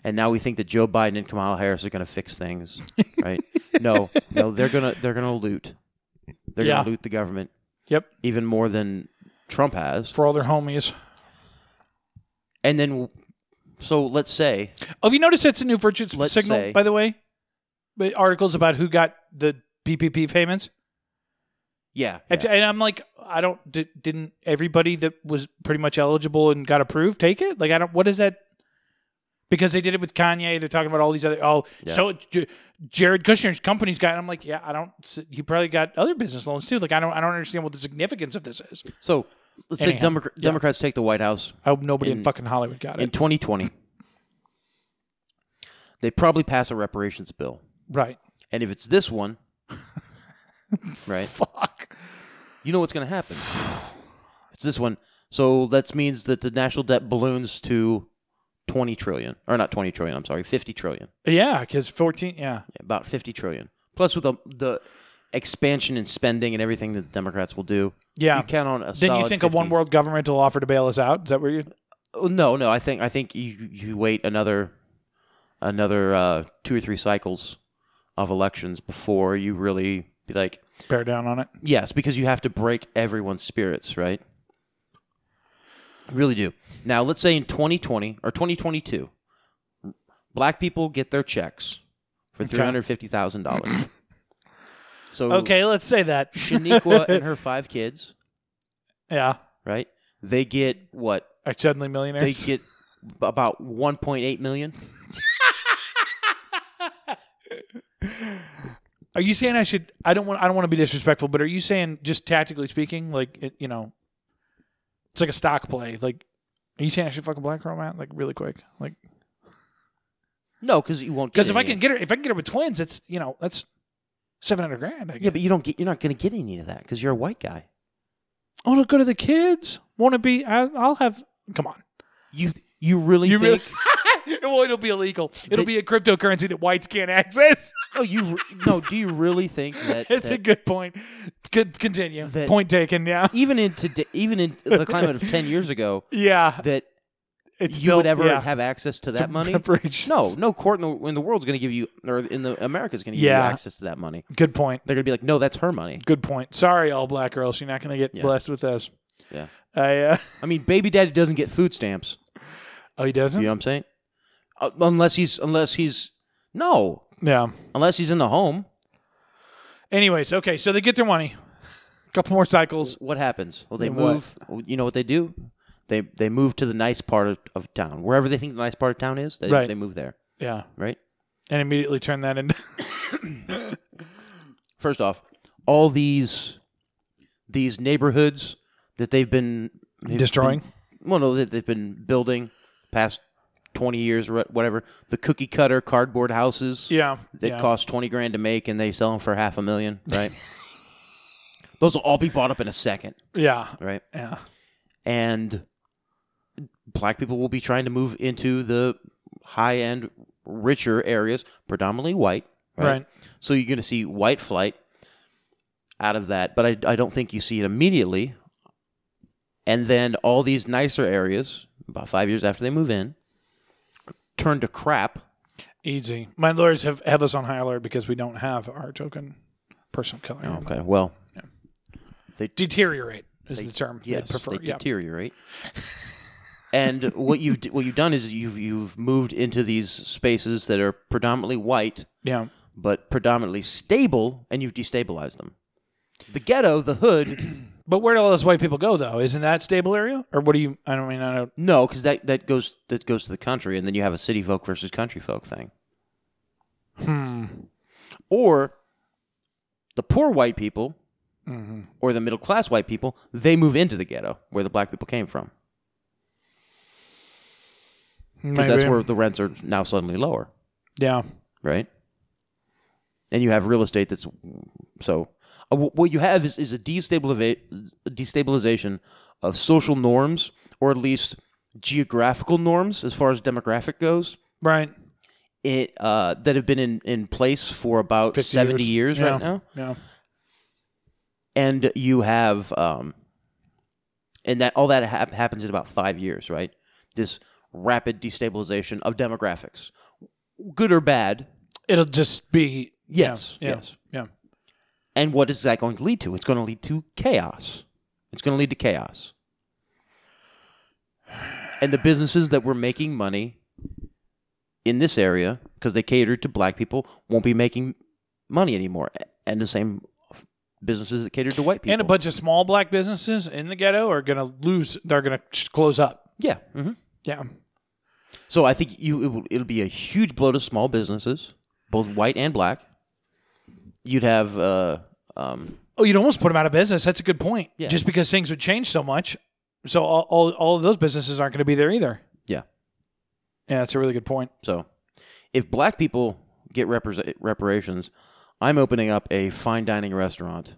S2: And now we think that Joe Biden and Kamala Harris are going to fix things, right? no, no, they're gonna they're gonna loot, they're
S3: Yeah.
S2: gonna loot the government
S3: Yep.
S2: even more than Trump has.
S3: For all their homies.
S2: And then, so let's say,
S3: Oh, have you noticed that's a new virtue
S2: Let's
S3: signal,
S2: say-
S3: by the way? But articles about who got the PPP payments.
S2: yeah,
S3: If- And I'm like, I don't. Did, didn't everybody that was pretty much eligible and got approved take it? Like, I don't. What is that? Because they did it with Kanye. They're talking about all these other. Oh,
S2: Yeah.
S3: so J- Jared Kushner's company's got. I'm like, yeah, I don't. s- He probably got other business loans too. Like, I don't. I don't understand what the significance of this is.
S2: so let's
S3: Anyhow,
S2: say Democr-
S3: yeah.
S2: Democrats take the White House
S3: I hope nobody in,
S2: In-
S3: fucking Hollywood got
S2: in
S3: it.
S2: 2020. they probably pass a reparations bill,
S3: right.
S2: and if it's this one, right,
S3: Fuck.
S2: you know what's going to happen. It's this one. So that means that the national debt balloons to 20 trillion, or not 20 trillion. I'm sorry, 50 trillion,
S3: Yeah, because 14. Yeah.
S2: about 50 trillion. Plus, with the, the expansion and spending and everything that the Democrats will do,
S3: Yeah.
S2: you count on a.
S3: Then you
S2: solid
S3: think a
S2: 50
S3: one world government will offer to bail us out? Is that where you?
S2: Oh, No, no. I think I think you you wait another another uh, two or three cycles of elections before you really be like
S3: Bear down on it.
S2: yes, because you have to break everyone's spirits, right? You really do. Now, let's say in 2020 or 2022, black people get their checks for three hundred fifty thousand dollars. so
S3: Okay, let's say that.
S2: Shaniqua and her five kids,
S3: Yeah.
S2: right? They get what
S3: Are suddenly millionaires?
S2: they get about 1.8 million.
S3: Are you saying I should? I don't want. I don't want to be disrespectful, but are you saying just tactically speaking, like it, you know, it's like a stock play. Like, are you saying I should fucking black girl out like really quick? Like,
S2: No, because you won't. get
S3: because if I
S2: any.
S3: can get her, if I can get her with twins, it's you know that's seven hundred grand. I guess.
S2: yeah, but you don't get. You're not going to get any of that because you're a white guy.
S3: oh, it'll go to the kids. Won't it be? I, I'll have. Come on.
S2: You you really
S3: You
S2: think?
S3: really? well, it'll be illegal. It'll
S2: They-
S3: be a cryptocurrency that whites can't access.
S2: no, you re- no. Do you really think that?
S3: That's a
S2: that
S3: good point. Good. Continue.
S2: That-
S3: point taken. Yeah.
S2: even in today, even in the climate of ten years ago,
S3: Yeah.
S2: that
S3: It's
S2: you
S3: still,
S2: would ever
S3: yeah.
S2: have access to
S3: To
S2: that money?
S3: reparations.
S2: No, no court in the, in the world's going to give you, or in the America's going to give
S3: Yeah.
S2: you access to that money.
S3: Good point.
S2: They're going to be like, no, that's her money.
S3: Good point. Sorry, all black girls, you're not going to get
S2: Yeah.
S3: blessed with those.
S2: Yeah.
S3: I, uh,
S2: I mean, baby daddy doesn't get food stamps.
S3: oh, he doesn't.
S2: You know what I'm saying? Uh, unless he's unless he's no
S3: Yeah.
S2: unless he's in the home.
S3: Anyways, okay, so they get their money. couple more cycles.
S2: what happens? Well, they
S3: Then what?
S2: move. You know what they do? They they move to the nice part of, of town, wherever they think the nice part of town is. They,
S3: Right.
S2: they move there,
S3: Yeah,
S2: right?
S3: and immediately turn that into
S2: First off, all these these neighborhoods that they've been they've
S3: destroying.
S2: been- well, no, that they've been building past twenty years or whatever. The cookie cutter cardboard houses.
S3: Yeah,
S2: that
S3: yeah.
S2: cost twenty grand to make, and they sell them for half a million, right? Those will all be bought up in a second,
S3: Yeah.
S2: right?
S3: Yeah.
S2: And black people will be trying to move into the high end, richer areas, predominantly white.
S3: Right.
S2: So you're going to see white flight out of that, but I, I don't think you see it immediately. And then all these nicer areas, about five years after they move in, turn to crap.
S3: Easy. My lawyers have, have us on high alert because we don't have our token person of color.
S2: Okay, well,
S3: Deteriorate is the term
S2: yes,
S3: they prefer.
S2: they
S3: yeah.
S2: deteriorate. and what you've d- what you've done is you've you've moved into these spaces that are predominantly white,
S3: yeah.
S2: but predominantly stable, and you've destabilized them. The ghetto, the hood,
S3: But where do all those white people go though? Isn't that stable area? Or what do you? I don't mean I don't.
S2: no, because that, that goes that goes to the country, and then you have a city folk versus country folk thing. Hmm. Or the poor white people, or the middle class white people, they move into the ghetto where the black people came from. because that's
S3: maybe.
S2: where the rents are now suddenly lower,
S3: Yeah.
S2: right? And you have real estate that's so. uh, wh- What you have is, is a destabiliza- destabilization of social norms, or at least geographical norms, as far as demographic goes.
S3: Right.
S2: It uh, that have been in, in place for about
S3: 50
S2: seventy years,
S3: Yeah.
S2: right now,
S3: Yeah.
S2: and you have um, and that all that hap- happens in about five years, right? This rapid destabilization of demographics, good or bad,
S3: It'll just be
S2: Yes,
S3: Yeah.
S2: yes.
S3: Yeah.
S2: And what is that going to lead to? It's going to lead to chaos. It's going to lead to chaos. And the businesses that were making money in this area because they catered to black people won't be making money anymore. A- And the same businesses that catered to white people.
S3: And a bunch of small black businesses in the ghetto are going to lose. They're going to close up.
S2: yeah. hmm
S3: Yeah.
S2: So I think you it will, it'll be a huge blow to small businesses, both white and black. You'd have uh, um,
S3: Oh, you'd almost put them out of business. That's a good point.
S2: Yeah.
S3: Just because things would change so much, so all all, all of those businesses aren't going to be there either.
S2: yeah.
S3: Yeah, that's a really good point.
S2: So, if black people get repres reparations, I'm opening up a fine dining restaurant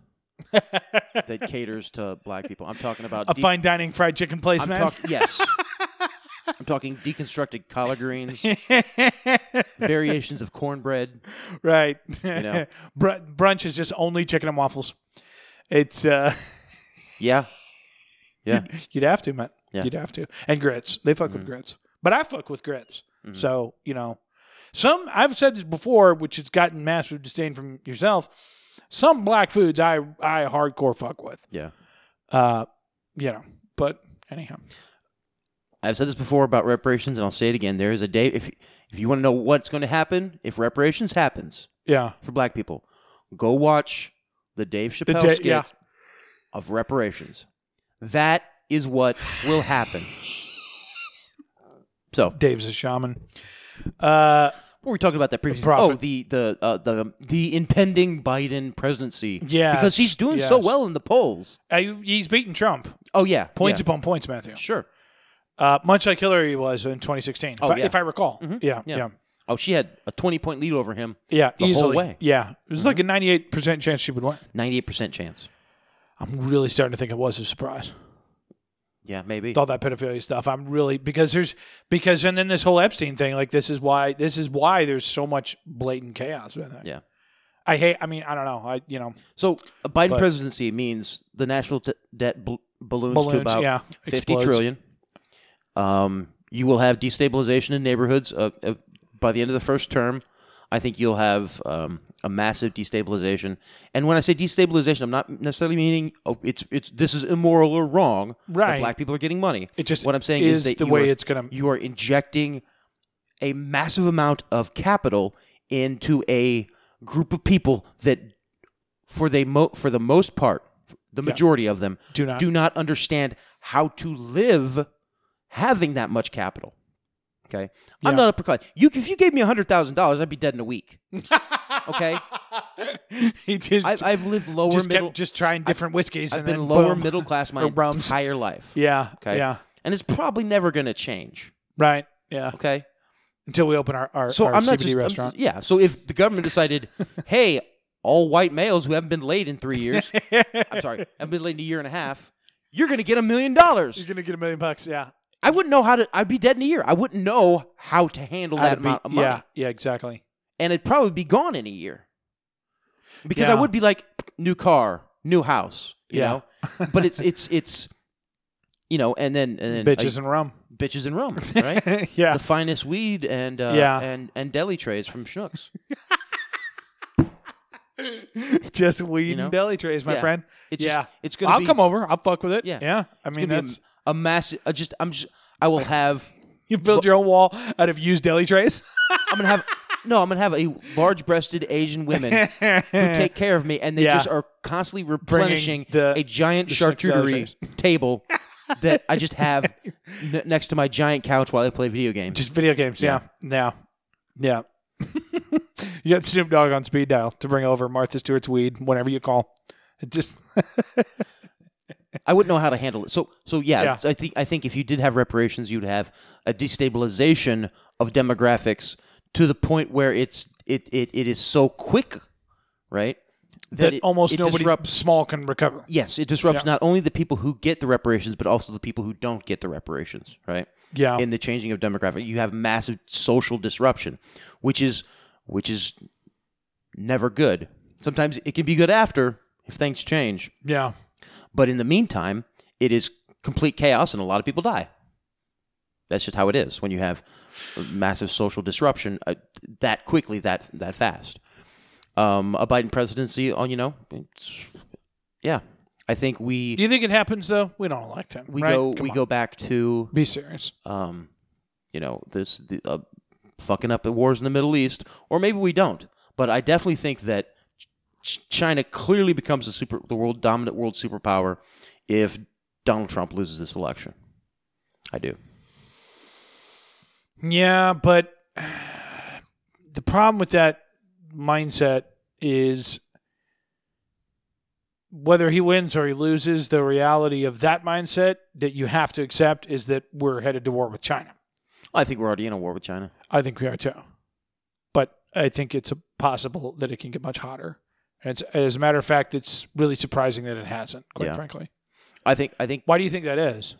S2: that caters to black people. I'm talking about
S3: A
S2: de-
S3: fine dining fried chicken place,
S2: I'm
S3: man.
S2: talk- yes. I'm talking deconstructed collard greens, variations of cornbread.
S3: right.
S2: know.
S3: Br- brunch is just only chicken and waffles. It's uh,
S2: Yeah, yeah.
S3: you'd have to, man.
S2: Yeah. Mm-hmm.
S3: You'd have to, and grits. They fuck with grits, but I fuck with grits. So you know, some I've said this before, which has gotten massive disdain from yourself. Some black foods I I hardcore fuck with.
S2: Yeah.
S3: Uh, you know, but anyhow,
S2: I've said this before about reparations, and I'll say it again. There is a day if if you want to know what's going to happen if reparations happens
S3: yeah,
S2: for black people, go watch the Dave Chappelle
S3: day-
S2: skit
S3: yeah.
S2: of reparations. That is what will happen. So, what
S3: Dave's a shaman. Uh,
S2: were we talking about that previously?
S3: prophet.
S2: oh, the the uh, the the impending Biden presidency.
S3: Yes,
S2: because he's doing so
S3: yes.
S2: well in the polls.
S3: uh, he's beating Trump
S2: Oh yeah,
S3: points
S2: yeah.
S3: upon points, Matthew.
S2: Sure.
S3: Uh, much like Hillary was in 2016,
S2: Oh,
S3: if, I,
S2: yeah.
S3: if I recall. Yeah, yeah,
S2: Yeah.
S3: yeah,
S2: Oh, she had a twenty point lead over him. The whole
S3: easily.
S2: way. Mm-hmm.
S3: Yeah, it was like a 98 percent chance she would win.
S2: Ninety eight percent chance.
S3: I'm really starting to think it was a surprise.
S2: Yeah, maybe.
S3: With all that pedophilia stuff, I'm really because there's because and then this whole Epstein thing, like this is why this is why there's so much blatant chaos with it.
S2: Yeah.
S3: I hate. I mean, I don't know. I you know
S2: So a Biden
S3: But-
S2: presidency means the national de- debt bl- balloons, to
S3: Balloons,
S2: about
S3: yeah,
S2: fifty
S3: explodes.
S2: trillion. Um, you will have destabilization in neighborhoods. Uh, uh, by the end of the first term, I think you'll have um, a massive destabilization. And when I say destabilization, I'm not necessarily meaning oh, it's it's this is immoral or wrong. that
S3: Right.
S2: black people are getting money.
S3: It just
S2: what I'm saying
S3: is
S2: is, that
S3: the
S2: you
S3: way
S2: are-
S3: it's gonna-
S2: you are injecting a massive amount of capital into a group of people that for they mo- for the most part the majority of them
S3: Do not-
S2: do not understand how to live having that much capital okay i'm not upper class you if you gave me $100000 i'd be dead in a week okay
S3: he just
S2: I've, I've lived lower
S3: just
S2: middle
S3: kept just trying different whiskeys.
S2: i've
S3: and
S2: been
S3: then
S2: lower
S3: boom.
S2: middle class my
S3: Or rums.
S2: entire life
S3: Yeah.
S2: okay
S3: Yeah.
S2: and it's probably never going to change
S3: Right. Yeah.
S2: okay
S3: Until we open our our,
S2: so
S3: our
S2: I'm
S3: CBD
S2: not just I'm-
S3: restaurant.
S2: yeah. So if the government decided, hey, all white males who haven't been laid in three years. I'm sorry, haven't been laid in a year and a half. You're gonna get a million dollars.
S3: You're gonna get a million bucks. Yeah.
S2: I wouldn't know how to. I'd be dead in a year. I wouldn't know how to handle that
S3: I'd be-
S2: amount of money,
S3: yeah. Yeah. Exactly.
S2: and it'd probably be gone in a year. Because I
S3: Yeah.
S2: would be like, new car, new house, you
S3: Yeah.
S2: know. But it's it's it's, you know, and then and then
S3: Bitches and rum.
S2: bitches and rum, right?
S3: yeah.
S2: the finest weed and uh,
S3: Yeah.
S2: and and deli trays from Schnucks.
S3: just weed
S2: You know?
S3: and belly trays, my
S2: Yeah.
S3: friend.
S2: It's
S3: yeah.
S2: just- it's gonna
S3: I'll
S2: be-
S3: come over. I'll fuck with it.
S2: Yeah.
S3: Yeah. Yeah. I mean,
S2: gonna be
S3: that's
S2: a, a massive. uh, just I'm just I will have.
S3: you build your own wall out of used deli trays.
S2: I'm gonna have no. I'm gonna have a large-breasted Asian women who take care of me, and they
S3: Yeah.
S2: just are constantly replenishing
S3: the-
S2: a giant
S3: the six
S2: charcuterie table that I just have n- next to my giant couch while I play video games.
S3: Just video games. Yeah. Yeah. Yeah. you got Snoop Dogg on speed dial to bring over Martha Stewart's weed whenever you call. It just
S2: I wouldn't know how to handle it. So so yeah,
S3: Yeah.
S2: so I think I think if you did have reparations, you'd have a destabilization of demographics to the point where it's it it, it is so quick, right?
S3: that
S2: it-
S3: almost
S2: it
S3: nobody
S2: disrupts-
S3: small can recover.
S2: Yes, it disrupts not only the people who get the reparations, but also the people who don't get the reparations, right?
S3: Yeah.
S2: In the changing of demographic, you have massive social disruption, which is which is never good. Sometimes it can be good after if things change,
S3: Yeah.
S2: but in the meantime, it is complete chaos and a lot of people die. That's just how it is when you have massive social disruption uh, that quickly, that that fast. Um, a Biden presidency, on you know, it's, yeah, I think we
S3: Do you think it happens though? We don't elect him.
S2: we
S3: right?
S2: go
S3: Come
S2: we
S3: on.
S2: go back to
S3: Be serious.
S2: um, you know this the, uh, fucking up at wars in the Middle East, or maybe we don't. But I definitely think that Ch- China clearly becomes the super the world dominant world superpower if Donald Trump loses this election. I do.
S3: Yeah, but the problem with that mindset is whether he wins or he loses, the reality of that mindset that you have to accept is that we're headed to war with China.
S2: I think we're already in a war with China.
S3: I think we are too. But I think it's possible that it can get much hotter. And it's, as a matter of fact, it's really surprising that it hasn't, quite
S2: Yeah.
S3: frankly.
S2: I think I think
S3: Why do you think that is?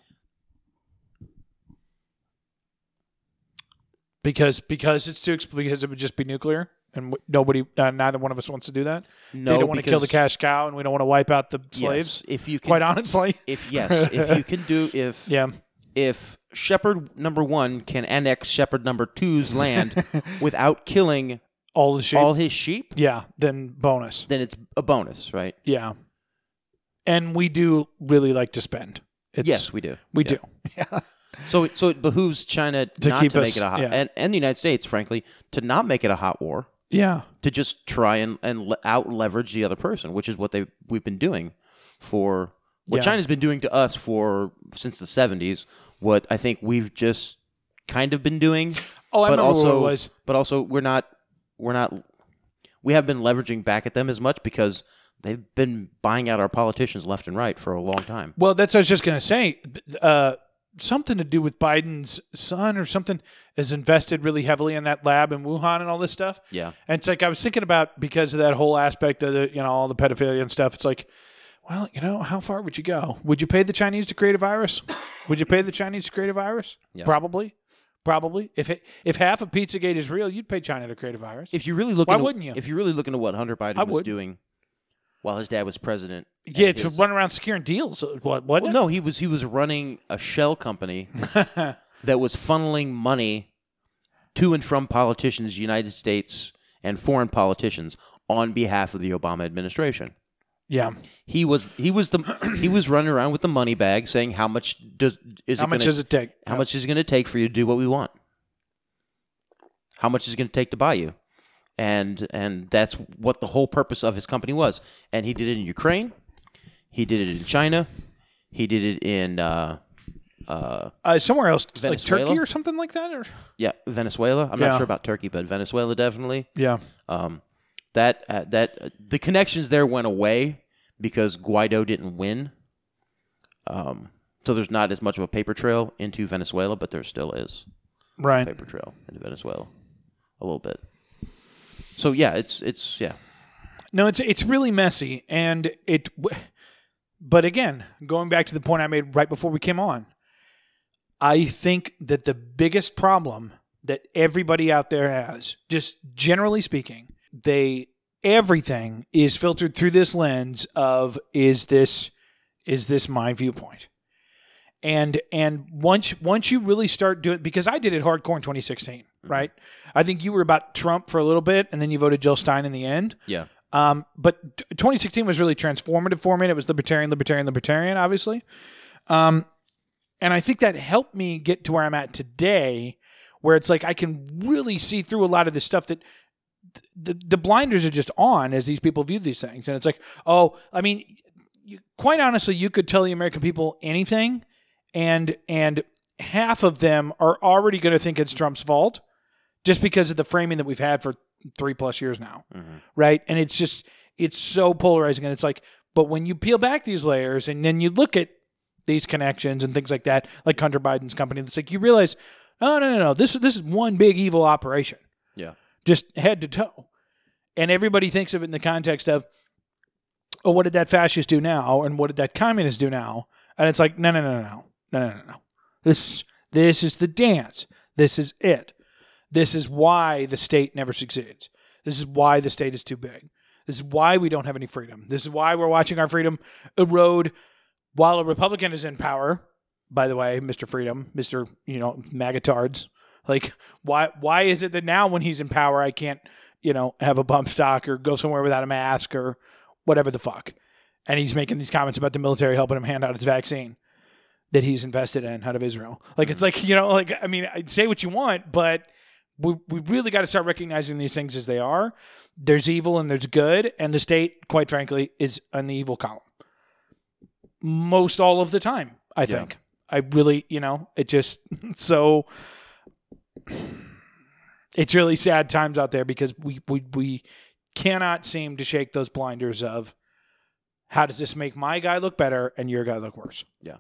S3: Because because it's too exp- because it would just be nuclear and w- nobody uh, neither one of us wants to do that.
S2: no.
S3: they don't want to kill the
S2: because-
S3: cash cow and we don't want to wipe out the
S2: yes,
S3: slaves.
S2: if you can,
S3: Quite honestly,
S2: if yes, if you can do if
S3: yeah,
S2: if Shepherd number one can annex Shepherd number two's land without killing
S3: all the sheep.
S2: all his sheep,
S3: yeah, then bonus.
S2: then it's a bonus, right?
S3: Yeah, and we do really like to spend. It's,
S2: yes, we do.
S3: we
S2: Yeah.
S3: do.
S2: So it so it behooves China
S3: To
S2: not
S3: keep
S2: to make
S3: us-
S2: it a hot
S3: yeah.
S2: and, and the United States, frankly, to not make it a hot war,
S3: Yeah,
S2: to just try and and le- out leverage the other person, which is what they we've been doing for what
S3: Yeah.
S2: China's been doing to us for since the seventies. What I think we've just kind of been doing,
S3: Oh, I
S2: but
S3: remember
S2: also
S3: what it was.
S2: but also we're not we're not we have been leveraging back at them as much because they've been buying out our politicians left and right for a long time.
S3: Well, that's what I was just going to say. Uh, something to do with Biden's son or something is invested really heavily in that lab in Wuhan and all this stuff.
S2: Yeah.
S3: And it's like I was thinking about because of that whole aspect of the, you know, all the pedophilia and stuff. It's like, well, you know, how far would you go? Would you pay the Chinese to create a virus? would you pay the Chinese to create a virus?
S2: Yeah.
S3: Probably. Probably. If it, if half of Pizzagate is real, you'd pay China to create a virus.
S2: If you really look,
S3: Why
S2: into,
S3: wouldn't you?
S2: If you really look into what Hunter Biden
S3: I
S2: was
S3: would.
S2: doing while his dad was president, and
S3: yeah, to
S2: his-
S3: run around securing deals. What? What?
S2: well, no, he was he was running a shell company that was funneling money to and from politicians, United States and foreign politicians, on behalf of the Obama administration.
S3: Yeah.
S2: He was he was the he was running around with the money bag, saying how much does is
S3: How
S2: it
S3: much
S2: gonna,
S3: does it take?
S2: how much is it going to take for you to do what we want? How much is it going to take to buy you? And and that's what the whole purpose of his company was. And he did it in Ukraine. He did it in China. He did it in uh, uh,
S3: Uh, somewhere else,
S2: Venezuela?
S3: like Turkey or something like that, or
S2: yeah Venezuela. I'm not
S3: Yeah.
S2: sure about Turkey, but Venezuela definitely.
S3: yeah.
S2: Um, that uh, that uh, the connections there went away because Guaido didn't win. Um, so there's not as much of a paper trail into Venezuela, but there still is.
S3: Right.
S2: paper trail into Venezuela a little bit. So yeah, it's it's yeah.
S3: No, it's it's really messy, and it. w- But again, going back to the point I made right before we came on, I think that the biggest problem that everybody out there has, just generally speaking, they everything is filtered through this lens of is this is this my viewpoint. And and once once you really start doing because I did it hardcore in 2016, right? I think you were about Trump for a little bit, and then you voted Jill Stein in the end.
S2: Yeah.
S3: Um, but t- 2016 was really transformative for me. And it was libertarian, libertarian, libertarian, obviously. Um, and I think that helped me get to where I'm at today, where it's like I can really see through a lot of this stuff that th- the the blinders are just on as these people view these things. And it's like, oh, I mean, you, quite honestly, you could tell the American people anything, and and half of them are already going to think it's Trump's fault, just because of the framing that we've had for three plus years now right? And it's just it's so polarizing, and it's like, but when you peel back these layers and then you look at these connections and things like that, like Hunter Biden's company, it's like you realize, oh no no no, this this is one big evil operation,
S2: Yeah.
S3: just head to toe, and everybody thinks of it in the context of, oh, what did that fascist do now, and what did that communist do now, and it's like, no no no no no no no no, this this is the dance, this is it. This is why the state never succeeds. This is why the state is too big. This is why we don't have any freedom. This is why we're watching our freedom erode while a Republican is in power. By the way, Mr. Freedom, Mr. You know, magatards. Like, why why is it that now when he's in power I can't, you know, have a bump stock or go somewhere without a mask or whatever the fuck? And he's making these comments about the military helping him hand out his vaccine that he's invested in out of Israel. Like it's like, you know, like I mean, I- say what you want, but we we really got to start recognizing these things as they are. There's evil and there's good, and the state, quite frankly, is on the evil column most all of the time. I
S2: Yeah.
S3: think I really, you know, it just so it's really sad times out there because we we we cannot seem to shake those blinders of how does this make my guy look better and your guy look worse?
S2: Yeah.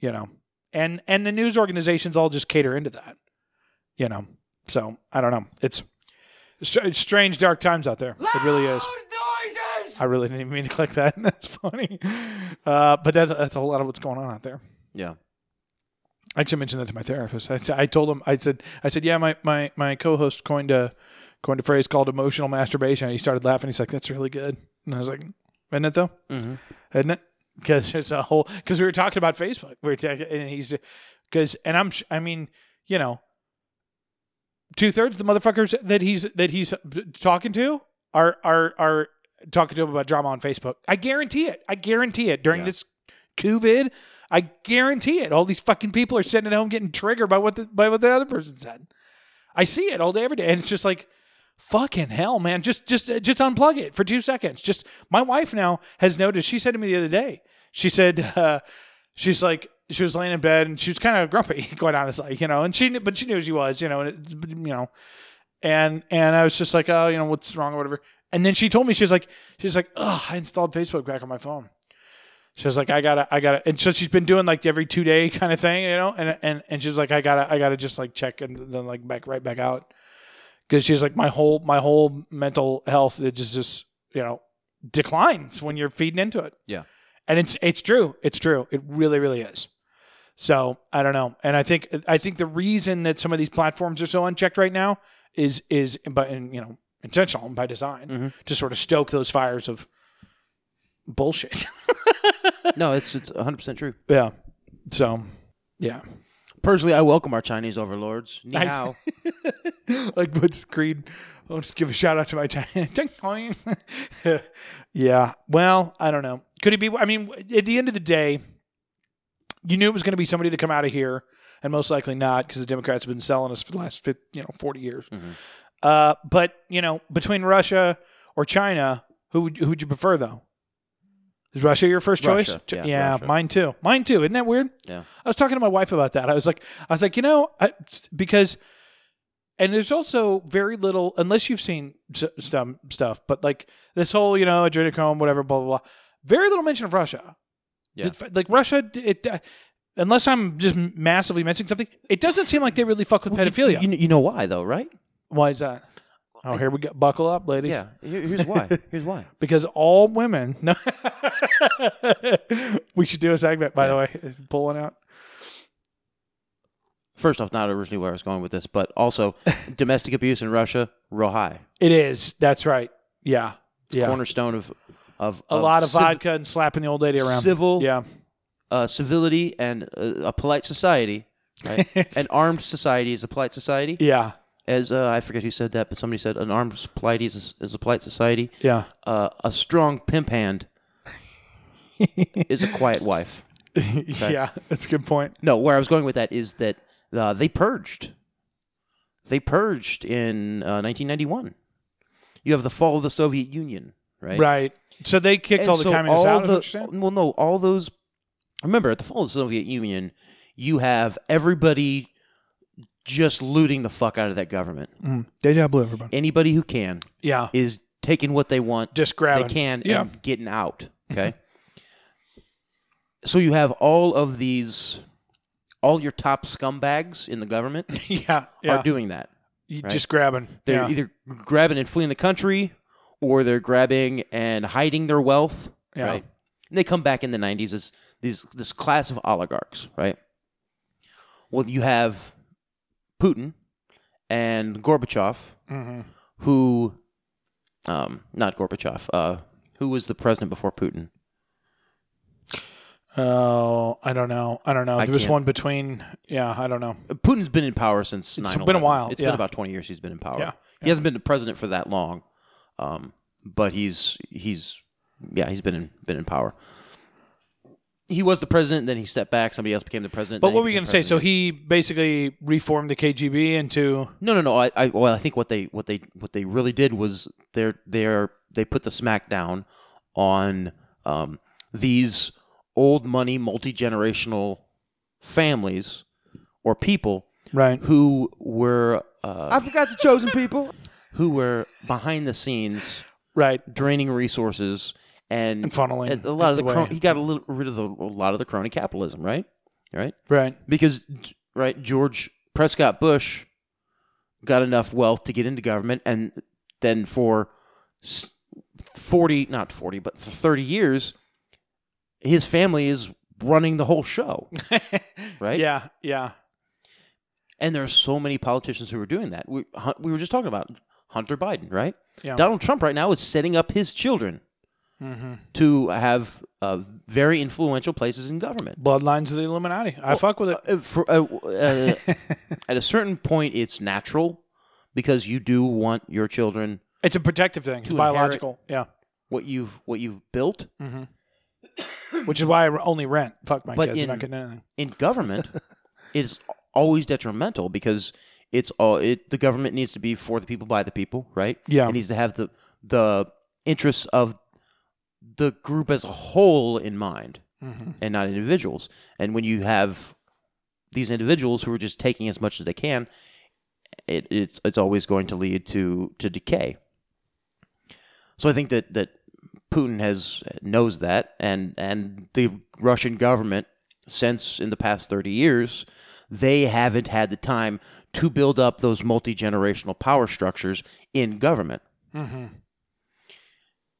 S3: you know, and and the news organizations all just cater into that, you know. So I don't know. It's str- strange, dark times out there. It really is. I really didn't even mean to click that. That's funny, uh, but that's that's a whole lot of what's going on out there.
S2: Yeah.
S3: I actually mentioned that to my therapist. I, said- I told him, I said, I said, yeah, my, my, my co-host coined a, coined a phrase called emotional masturbation. And he started laughing. He's like, that's really good. And I was like, isn't it though? Mm-hmm. Isn't it? Cause it's a whole, cause we were talking about Facebook. We were talking, and he's, cause, and I'm, sh- I mean, you know, two thirds of the motherfuckers that he's, that he's talking to are, are, are talking to him about drama on Facebook. I guarantee it. I guarantee it during
S2: Yeah.
S3: this COVID. I guarantee it. All these fucking people are sitting at home getting triggered by what the, by what the other person said. I see it all day every day, and it's just like, fucking hell, man. Just just uh, just unplug it for two seconds. Just my wife now has noticed. She said to me the other day. She said, uh, she's like, she was laying in bed and she was kind of grumpy, quite honestly, you know. And she knew, but she knew she was, you know, and it, but, you know, and and I was just like, oh, you know, what's wrong or whatever. And then she told me she's like, she's like, oh, I installed Facebook back on my phone. She was like, I gotta, I gotta, and so she's been doing like every two day kind of thing, you know, and and and she's like, I gotta, I gotta just like check and then like back right back out, because she's like, my whole my whole mental health it just just you know declines when you're feeding into it.
S2: Yeah.
S3: and it's it's true, it's true, it really really is. So I don't know, and I think I think the reason that some of these platforms are so unchecked right now is is but and you know intentional and by design to sort of stoke those fires of bullshit.
S2: No, it's it's 100 percent true.
S3: Yeah. So, yeah.
S2: Personally, I welcome our Chinese overlords. Ni
S3: I-
S2: hao.
S3: Like what's Creed? I'll just give a shout out to my Chinese. yeah. Well, I don't know. Could it be? I mean, at the end of the day, you knew it was going to be somebody to come out of here, and most likely not because the Democrats have been selling us for the last fif- you know forty years.
S2: Mm-hmm.
S3: Uh, but you know, between Russia or China, who would who would you prefer though? Is Russia your first
S2: Russia.
S3: choice?
S2: Yeah, Russia.
S3: mine too. Mine too. Isn't that weird?
S2: Yeah.
S3: I was talking to my wife about that. I was like, I was like, you know, I, because, and there's also very little, unless you've seen s- some stuff, but like this whole, you know, adrenochrome, whatever, blah blah blah. Very little mention of Russia.
S2: Yeah.
S3: Did- like Russia, it. Uh, Unless I'm just massively missing something, it doesn't seem like they really fuck with pedophilia.
S2: You, you know why though, right?
S3: Why is that? Oh, here we go. Buckle up, ladies.
S2: Yeah. Here- Here's why. Here's why.
S3: Because all women. No. we should do a segment, by the way. Pull one out.
S2: First off, not originally where I was going with this, but also domestic abuse in Russia, real high.
S3: It is. That's right. Yeah. yeah.
S2: Cornerstone of of
S3: a lot of
S2: civ-
S3: vodka and slapping the old lady around.
S2: civil-
S3: Yeah.
S2: uh, civility and uh, a polite society. Right? an armed society is a polite society.
S3: Yeah.
S2: As uh, I forget who said that, but somebody said an armed polite is, is a polite society.
S3: Yeah.
S2: Uh, a strong pimp hand is a quiet wife.
S3: Yeah. That's a good point.
S2: No, where I was going with that is that uh, they purged. They purged in uh, 1991. You have the fall of the Soviet Union, right?
S3: Right. So they kicked all the
S2: so
S3: communists
S2: all
S3: out. is
S2: the-
S3: what you're saying?
S2: well, no, all those. Remember, at the fall of the Soviet Union, you have everybody just looting the fuck out of that government.
S3: Mm. Deja blue, everybody.
S2: Anybody who can
S3: Yeah.
S2: is taking what they want,
S3: Just grabbing.
S2: they can,
S3: Yeah.
S2: and getting out. Okay. so you have all of these, all your top scumbags in the government
S3: yeah.
S2: are doing that.
S3: You Just grabbing.
S2: They're
S3: yeah.
S2: either grabbing and fleeing the country, or they're grabbing and hiding their wealth.
S3: Yeah.
S2: Right. And they come back in the '90s as these this class of oligarchs, right? Well, you have Putin and Gorbachev,
S3: Mm-hmm.
S2: who, um, not Gorbachev, uh, who was the president before Putin?
S3: Oh, I don't know. I don't know.
S2: I
S3: There was
S2: can't-
S3: one between. Yeah, I don't know.
S2: Putin's been in power since
S3: It's
S2: 9/11.
S3: been a while,
S2: It's
S3: yeah.
S2: been about 20 years he's been in power.
S3: Yeah,
S2: He hasn't been the president for that long, um, but he's he's yeah he's been in been in power. He was the president, then he stepped back. Somebody else became the president.
S3: But
S2: then
S3: what
S2: he
S3: were we
S2: became
S3: going to say? So
S2: president.
S3: he basically reformed the KGB into.
S2: no no no. I, I well I think what they what they what they really did was they're they're they put the smack down on um, these old money multi generational families or people
S3: Right.
S2: who were uh, I forgot the chosen people who were behind the scenes
S3: Right.
S2: draining resources and,
S3: And funneling
S2: and a lot of the
S3: it away.
S2: cron- he got a little rid of the, a lot of the crony capitalism right right
S3: Right.
S2: because right George Prescott Bush got enough wealth to get into government and then for s- 40 not 40 but for 30 years his family is running the whole show right
S3: Yeah. Yeah.
S2: and there are so many politicians who are doing that. We Hun- we were just talking about Hunter Biden, right?
S3: Yeah.
S2: Donald Trump right now is setting up his children to have uh, very influential places in government.
S3: Bloodlines of the Illuminati. I fuck with it.
S2: Uh, for, uh, uh, at a certain point, it's natural because you do want your children
S3: It's a protective thing. It's
S2: to inherit-
S3: biological.
S2: what you've what you've built
S3: Yeah. Which is why I only rent. Fuck my
S2: But
S3: kids.
S2: in-
S3: not getting anything.
S2: in government. is always detrimental because it's all it. The government needs to be for the people by the people, right?
S3: Yeah.
S2: it needs to have the the interests of the group as a whole in mind and not individuals. And when you have these individuals who are just taking as much as they can, it, it's it's always going to lead to to decay. So I think that that Putin has knows that, and and the Russian government since in the past thirty years. They haven't had the time to build up those multi generational power structures in government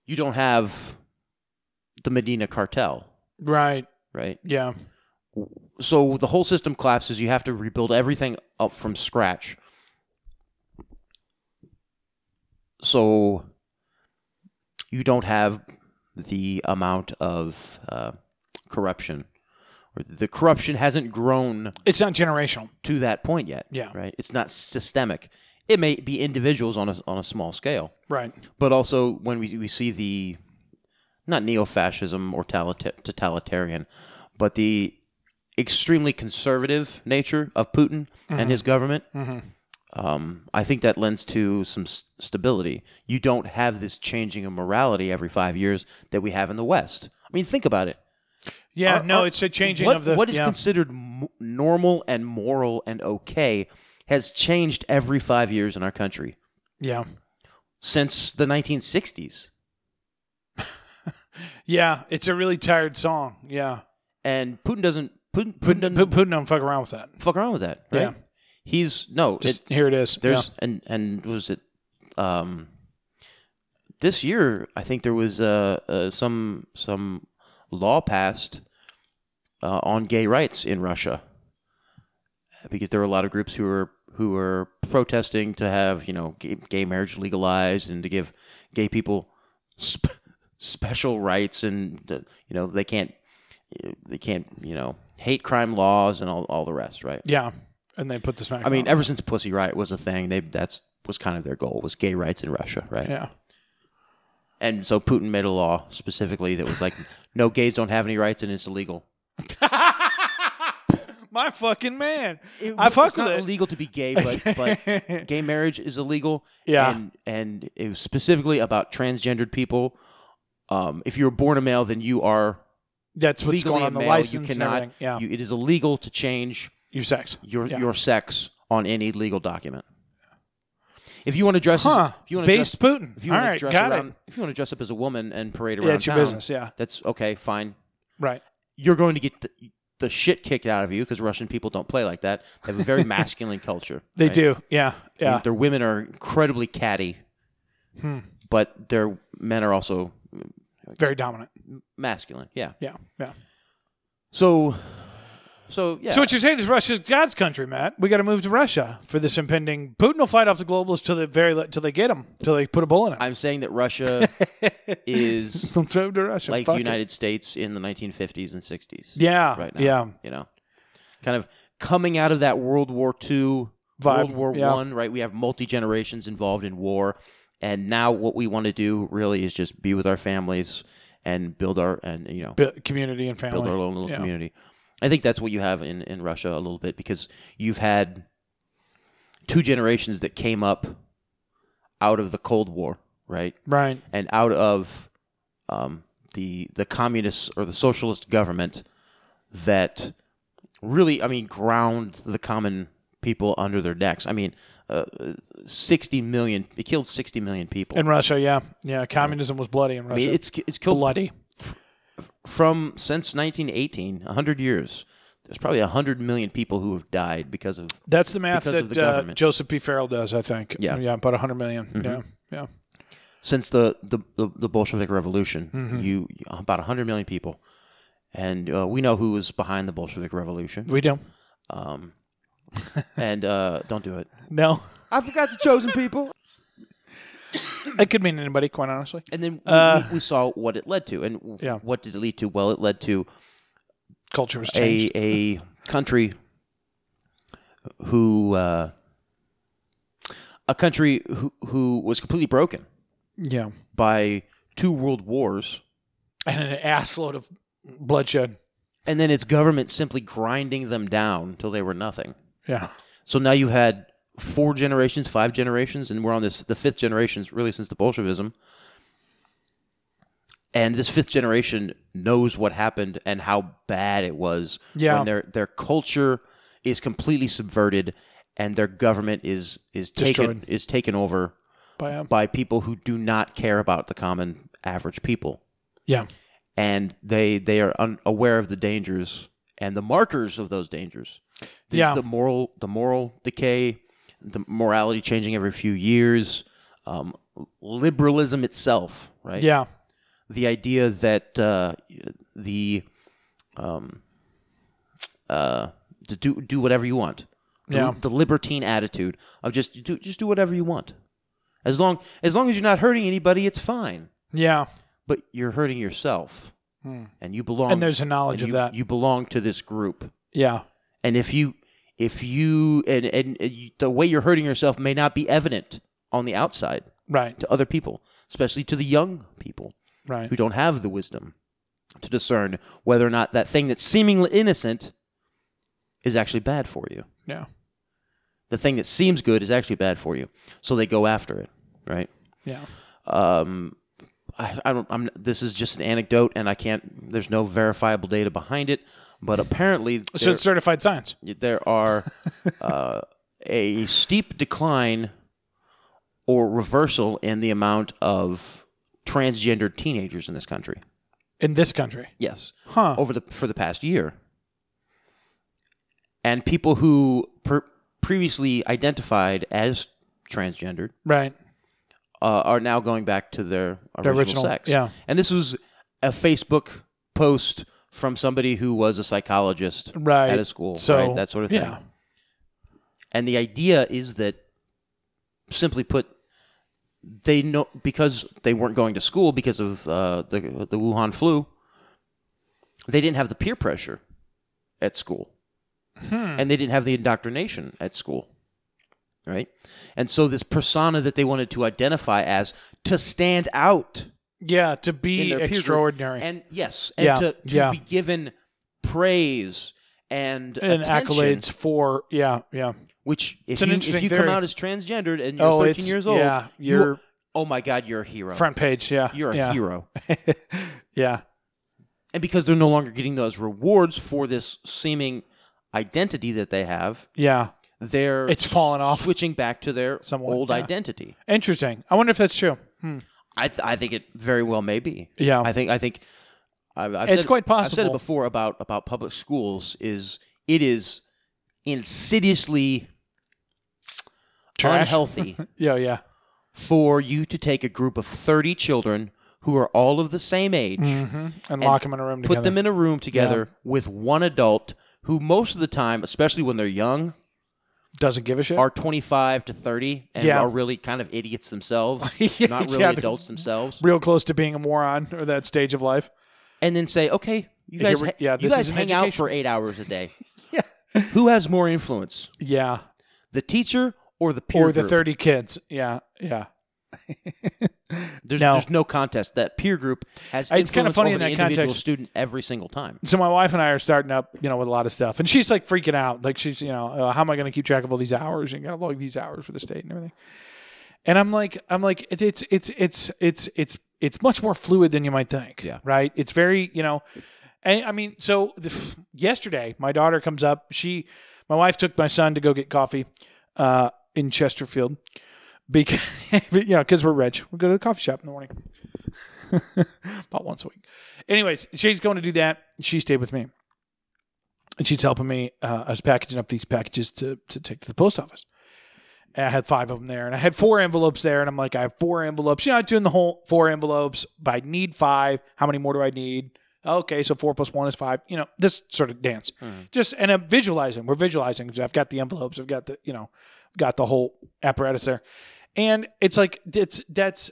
S2: you don't have the Medina cartel,
S3: Right.
S2: right?
S3: Yeah.
S2: So the whole system collapses. You have to rebuild everything up from scratch. So you don't have the amount of uh, corruption. Or The corruption hasn't grown
S3: It's not generational.
S2: to that point yet.
S3: Yeah.
S2: Right. It's not systemic. It may be individuals on a on a small scale.
S3: Right.
S2: but also when we, we see the not neo-fascism or talita- totalitarian but the extremely conservative nature of putin and
S3: Mm-hmm.
S2: his government um, i think that lends to some s- stability you don't have this changing of morality every five years that we have in the west i mean think about it
S3: Yeah.
S2: Are-
S3: no,
S2: are-
S3: it's a changing
S2: what,
S3: of the.
S2: what is
S3: yeah.
S2: considered m- normal and moral and okay has changed every five years in our country
S3: yeah.
S2: since the 1960s
S3: Yeah. It's a really tired song. Yeah.
S2: and Putin doesn't Putin, Putin
S3: Putin,
S2: doesn't
S3: Putin don't fuck around with that.
S2: fuck around with that. Right?
S3: Yeah.
S2: He's no.
S3: Just
S2: it,
S3: here it is.
S2: there's
S3: Yeah.
S2: and and was it um, this year, I think there was uh, uh, some some law passed uh, on gay rights in Russia because there were a lot of groups who were who were protesting to have you know gay, gay marriage legalized and to give gay people sp- special rights and uh, you know they can't they can't you know hate crime laws and all, all the rest right
S3: Yeah, and they put the smack.
S2: I mean,
S3: down.
S2: ever since Pussy Riot was a thing, they that's was kind of their goal was gay rights in Russia, right?
S3: yeah,
S2: And so Putin made a law specifically that was like, no gays don't have any rights and it's illegal.
S3: my fucking man. I fuck
S2: it's not
S3: with it.
S2: illegal to be gay, but, but gay marriage is illegal.
S3: Yeah.
S2: and, and it was specifically about transgendered people. Um, if you're born a male, then you are
S3: That's what's
S2: legally
S3: going on
S2: a
S3: the
S2: male.
S3: license
S2: you cannot.
S3: and everything. Yeah,
S2: you- it is illegal to change
S3: your sex.
S2: your
S3: Yeah.
S2: your sex on any legal document. If you want to dress,
S3: Huh.
S2: as, if you want to dress,
S3: Based Putin.
S2: If you
S3: All
S2: want
S3: right,
S2: to dress
S3: got
S2: around,
S3: it.
S2: if you want to dress up as a woman and parade around,
S3: Yeah, it's your
S2: town,
S3: business. Yeah,
S2: That's okay, fine.
S3: right.
S2: You're going to get the, the shit kicked out of you because Russian people don't play like that. They have a very masculine culture.
S3: They
S2: right?
S3: do. Yeah,
S2: I mean,
S3: yeah. Hmm.
S2: their women are incredibly catty, but their men are also
S3: Very dominant.
S2: masculine. Yeah.
S3: Yeah, yeah.
S2: So, so yeah.
S3: So what you're saying is Russia's God's country, Matt. We got to move to Russia for this impending. Putin will fight off the globalists till the very le- till they get him, till they put a bullet in him.
S2: I'm saying that Russia is
S3: Let's move to Russia.
S2: like
S3: Fuck
S2: the
S3: it.
S2: United States in the 1950s and 60s.
S3: Yeah,
S2: Right now.
S3: yeah.
S2: You know, kind of coming out of that World War II,
S3: Vibe,
S2: World War
S3: yeah.
S2: One. Right. We have multi generations involved in war, and now what we want to do really is just be with our families and build our and you know
S3: Bu- community and family.
S2: build our own little
S3: Yeah.
S2: community. I think that's what you have in, in Russia a little bit because you've had two generations that came up out of the Cold War, right?
S3: Right.
S2: and out of um, the the communist or the socialist government that really, I mean, ground the common people under their necks. I mean, uh, sixty million. It killed sixty million people.
S3: In Russia, yeah, yeah. Communism was bloody in
S2: I
S3: Russia.
S2: mean, it's it's killed
S3: bloody.
S2: from since 1918, 100 years. There's probably 100 million people who have died because of
S3: That's the math
S2: because of
S3: that
S2: the
S3: uh,
S2: government.
S3: Joseph P. Farrell does, I think.
S2: Yeah. Mm-hmm.
S3: yeah, about 100 million. Yeah, yeah.
S2: since the the, the, the Bolshevik Revolution.
S3: Mm-hmm.
S2: You about 100 million people, and uh, we know who was behind the Bolshevik Revolution.
S3: We do.
S2: Um, and uh, don't do it.
S3: No,
S2: I forgot the chosen people.
S3: it could mean anybody. Quite honestly,
S2: And then we,
S3: Uh,
S2: we, we saw what it led to, and w-
S3: Yeah.
S2: what did it lead to? Well, it led to
S3: culture was
S2: a
S3: changed.
S2: a country who uh, a country who who was completely broken
S3: yeah,
S2: by two world wars,
S3: and an assload of bloodshed.
S2: and then its government simply grinding them down till they were nothing.
S3: Yeah,
S2: So now you've had four generations, five generations, and we're on this the fifth generation really since the Bolshevism. And this fifth generation knows what happened and how bad it was
S3: Yeah.
S2: when their their culture is completely subverted and their government is is taken
S3: Destroyed.
S2: is taken over
S3: by um,
S2: by people who do not care about the common average people
S3: yeah,
S2: and they they are unaware of the dangers and the markers of those dangers. The,
S3: Yeah.
S2: the moral the moral decay, the morality changing every few years, um, liberalism itself, right?
S3: yeah,
S2: the idea that uh, the um, uh, to do do whatever you want, The-
S3: Yeah.
S2: the libertine attitude of just do just do whatever you want, as long as long as you're not hurting anybody, it's fine
S3: yeah.
S2: but you're hurting yourself and you belong
S3: Hmm. And there's a knowledge
S2: and
S3: of
S2: you-
S3: that.
S2: you belong to this group
S3: Yeah,
S2: and if you if you and and, and you, the way you're hurting yourself may not be evident on the outside
S3: right,
S2: to other people especially to the young people
S3: right.
S2: who don't have the wisdom to discern whether or not that thing that's seemingly innocent is actually bad for you
S3: Yeah,
S2: the thing that seems good is actually bad for you so they go after it right
S3: yeah,
S2: um, I, I don't. I'm. This is just an anecdote, and I can't. There's no verifiable data behind it, but apparently
S3: so
S2: there,
S3: it's certified science.
S2: there are uh, a steep decline or reversal in the amount of transgendered teenagers in this country.
S3: in this country.
S2: Yes,
S3: Huh.
S2: over the for the past year, and people who per, previously identified as transgendered
S3: Right.
S2: uh, are now going back to their original,
S3: original-
S2: sex.
S3: yeah.
S2: And this was a Facebook post from somebody who was a psychologist
S3: Right.
S2: at a school,
S3: So,
S2: right? That sort of thing.
S3: yeah.
S2: And the idea is that, simply put, they know because they weren't going to school because of uh, the the Wuhan flu. They didn't have the peer pressure at school,
S3: Hmm.
S2: and they didn't have the indoctrination at school, right? And so this persona that they wanted to identify as to stand out
S3: Yeah, to
S2: in
S3: be
S2: their peer group.
S3: extraordinary.
S2: and yes, and
S3: Yeah,
S2: to, to
S3: yeah.
S2: be given praise and,
S3: and
S2: attention,
S3: accolades for yeah yeah
S2: Which if
S3: an
S2: you,
S3: interesting
S2: if you come
S3: theory.
S2: out as transgendered and you're
S3: Oh,
S2: 13
S3: it's-
S2: years old,
S3: yeah,
S2: you-
S3: you're-
S2: oh my god, you're a hero.
S3: front page yeah
S2: you're a
S3: yeah,
S2: hero.
S3: yeah
S2: And because they're no longer getting those rewards for this seeming identity that they have,
S3: yeah
S2: they're
S3: It's fallen off.
S2: switching back to their
S3: Somewhat,
S2: old
S3: yeah.
S2: identity.
S3: interesting I wonder if that's true
S2: I th- I think it very well may be.
S3: Yeah.
S2: I think I think I've, I've
S3: It's
S2: said,
S3: quite
S2: I've said it
S3: possible.
S2: before about about public schools is it is insidiously
S3: Trash.
S2: unhealthy
S3: yeah yeah
S2: for you to take a group of thirty children who are all of the same age,
S3: and, lock them in a
S2: put
S3: room Mm-hmm. together
S2: them in a room together with one adult who most of the time, especially when they're young,
S3: doesn't give a shit
S2: are 25 to 30 and
S3: Yeah.
S2: are really kind of idiots themselves,
S3: Yeah,
S2: not really
S3: they're-
S2: adults themselves.
S3: real close to being a moron or that stage of life
S2: and then say, okay, you
S3: Here
S2: guys,
S3: we-
S2: ha-
S3: yeah,
S2: you
S3: this
S2: guys
S3: is an
S2: hang out
S3: education.
S2: for eight hours a day. yeah. Who has more influence,
S3: yeah
S2: the teacher or the peer
S3: or the
S2: group?
S3: thirty kids yeah yeah
S2: There's
S3: no.
S2: there's no contest. That peer group has
S3: It's kinda
S2: influence
S3: funny
S2: over
S3: in
S2: the
S3: that
S2: individual
S3: context.
S2: student every single time.
S3: so my wife and I are starting up, you know, with a lot of stuff, and she's like freaking out, like she's, you know, uh, how am I going to keep track of all these hours and got to log these hours for the state and everything. And I'm like, I'm like, it, it's it's it's it's it's it's much more fluid than you might think.
S2: Yeah.
S3: Right. It's very, you know, and I mean, so the, yesterday my daughter comes up. She, my wife took my son to go get coffee, uh, in Chesterfield, because you know, because we're rich, we go to the coffee shop in the morning about once a week. Anyways, she's going to do that. She stayed with me, and she's helping me. Uh, I was packaging up these packages to to take to the post office. And I had five of them there, and I had four envelopes there, and I'm like, I have four envelopes. You know, I'm doing the whole four envelopes, but I need five. How many more do I need? Okay, so four plus one is five. You know, this sort of dance. Just and I'm visualizing. We're visualizing. I've got the envelopes. I've got the you know, got the whole apparatus there, and it's like it's that's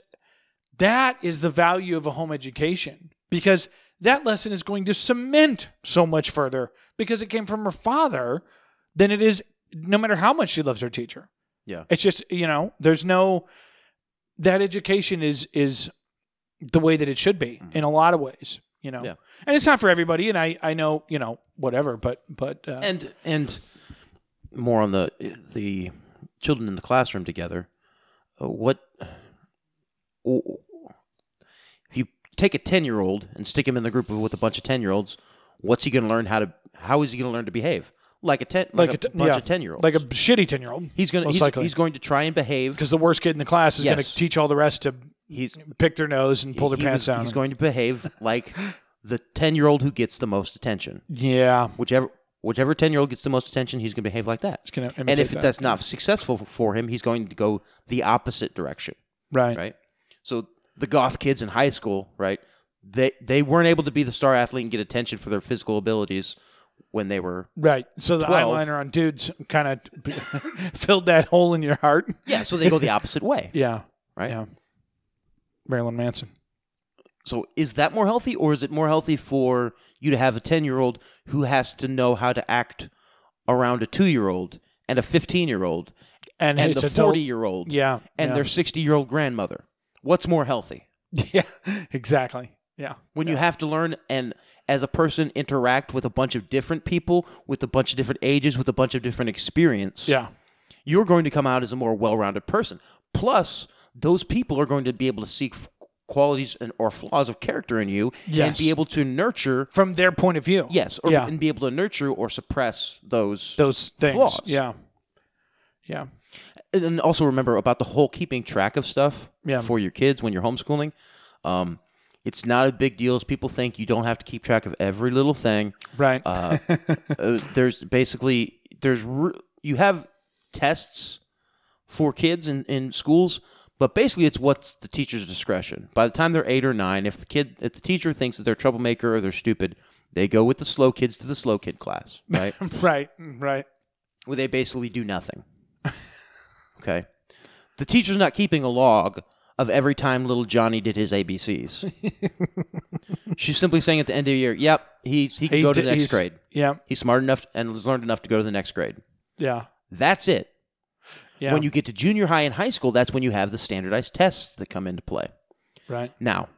S3: that is the value of a home education because that lesson is going to cement so much further because it came from her father than it is no matter how much she loves her teacher.
S2: Yeah.
S3: It's just, you know, there's no that education is is the way that it should be in a lot of ways, you know.
S2: Mm-hmm. Yeah.
S3: And it's not for everybody and I I know, you know, whatever, but but uh,
S2: And and more on the the children in the classroom together. Uh, what if you take a ten year old and stick him in the group of, with a bunch of ten year olds? What's he going to learn how to? How is he going to learn to behave like a ten like, a,
S3: t-
S2: bunch
S3: yeah,
S2: of ten year olds?
S3: Like a shitty 10-year-old.
S2: He's gonna
S3: most
S2: he's,
S3: likely.
S2: he's going to try and behave.
S3: because the worst kid in the class is going
S2: Yes.
S3: to teach all the rest to
S2: He's
S3: pick their nose and pull their
S2: he
S3: pants
S2: was-
S3: down.
S2: He's going to behave like the ten year old who gets the most attention.
S3: yeah.
S2: Whichever whichever ten year old gets the most attention, he's going to behave like that.
S3: gonna
S2: and
S3: imitate
S2: if
S3: that.
S2: that's not successful for him, he's going to go the opposite direction.
S3: Right.
S2: Right. So the goth kids in high school, right? They they weren't able to be the star athlete and get attention for their physical abilities when they were
S3: Right. So the
S2: 12.
S3: eyeliner on dudes kind of filled that hole in your heart.
S2: yeah. So they go the opposite way,
S3: Yeah.
S2: right?
S3: Yeah. Marilyn Manson.
S2: So is that more healthy, or is it more healthy for you to have a ten-year-old who has to know how to act around a two-year-old and a fifteen-year-old
S3: And,
S2: and
S3: it's
S2: the
S3: adult-
S2: forty-year-old,
S3: Yeah.
S2: and
S3: yeah.
S2: their sixty-year-old grandmother? What's more healthy
S3: Yeah. Exactly. Yeah.
S2: when you have to learn and as a person interact with a bunch of different people, with a bunch of different ages, with a bunch of different experience?
S3: Yeah.
S2: you're going to come out as a more well-rounded person. Plus, those people are going to be able to seek f- qualities and or flaws of character in you and
S3: Yes.
S2: be able to nurture
S3: From their point of view.
S2: Yes, or
S3: yeah.
S2: and be able to nurture or suppress those.
S3: Those things.
S2: flaws.
S3: Yeah. Yeah.
S2: And- and also remember about the whole keeping track of stuff
S3: Yeah.
S2: for your kids when you're homeschooling. Um, it's not a big deal as people think. You don't have to keep track of every little thing.
S3: Right.
S2: Uh, uh, there's basically there's re- you have tests for kids in, in schools, But basically, it's what's the teacher's discretion. By the time they're eight or nine, if the kid, if the teacher thinks that they're a troublemaker or they're stupid, they go with the slow kids to the slow kid class, right?
S3: Right, right.
S2: where they basically do nothing. okay. The teacher's not keeping a log of every time little Johnny did his ABCs. She's simply saying at the end of the year, yep, he, he can go to
S3: d-
S2: the next
S3: he's-
S2: grade.
S3: Yeah,
S2: He's smart enough and has learned enough to go to the next grade.
S3: yeah,
S2: That's it.
S3: yeah.
S2: When you get to junior high and high school, that's when you have the standardized tests that come into play.
S3: right,
S2: Now,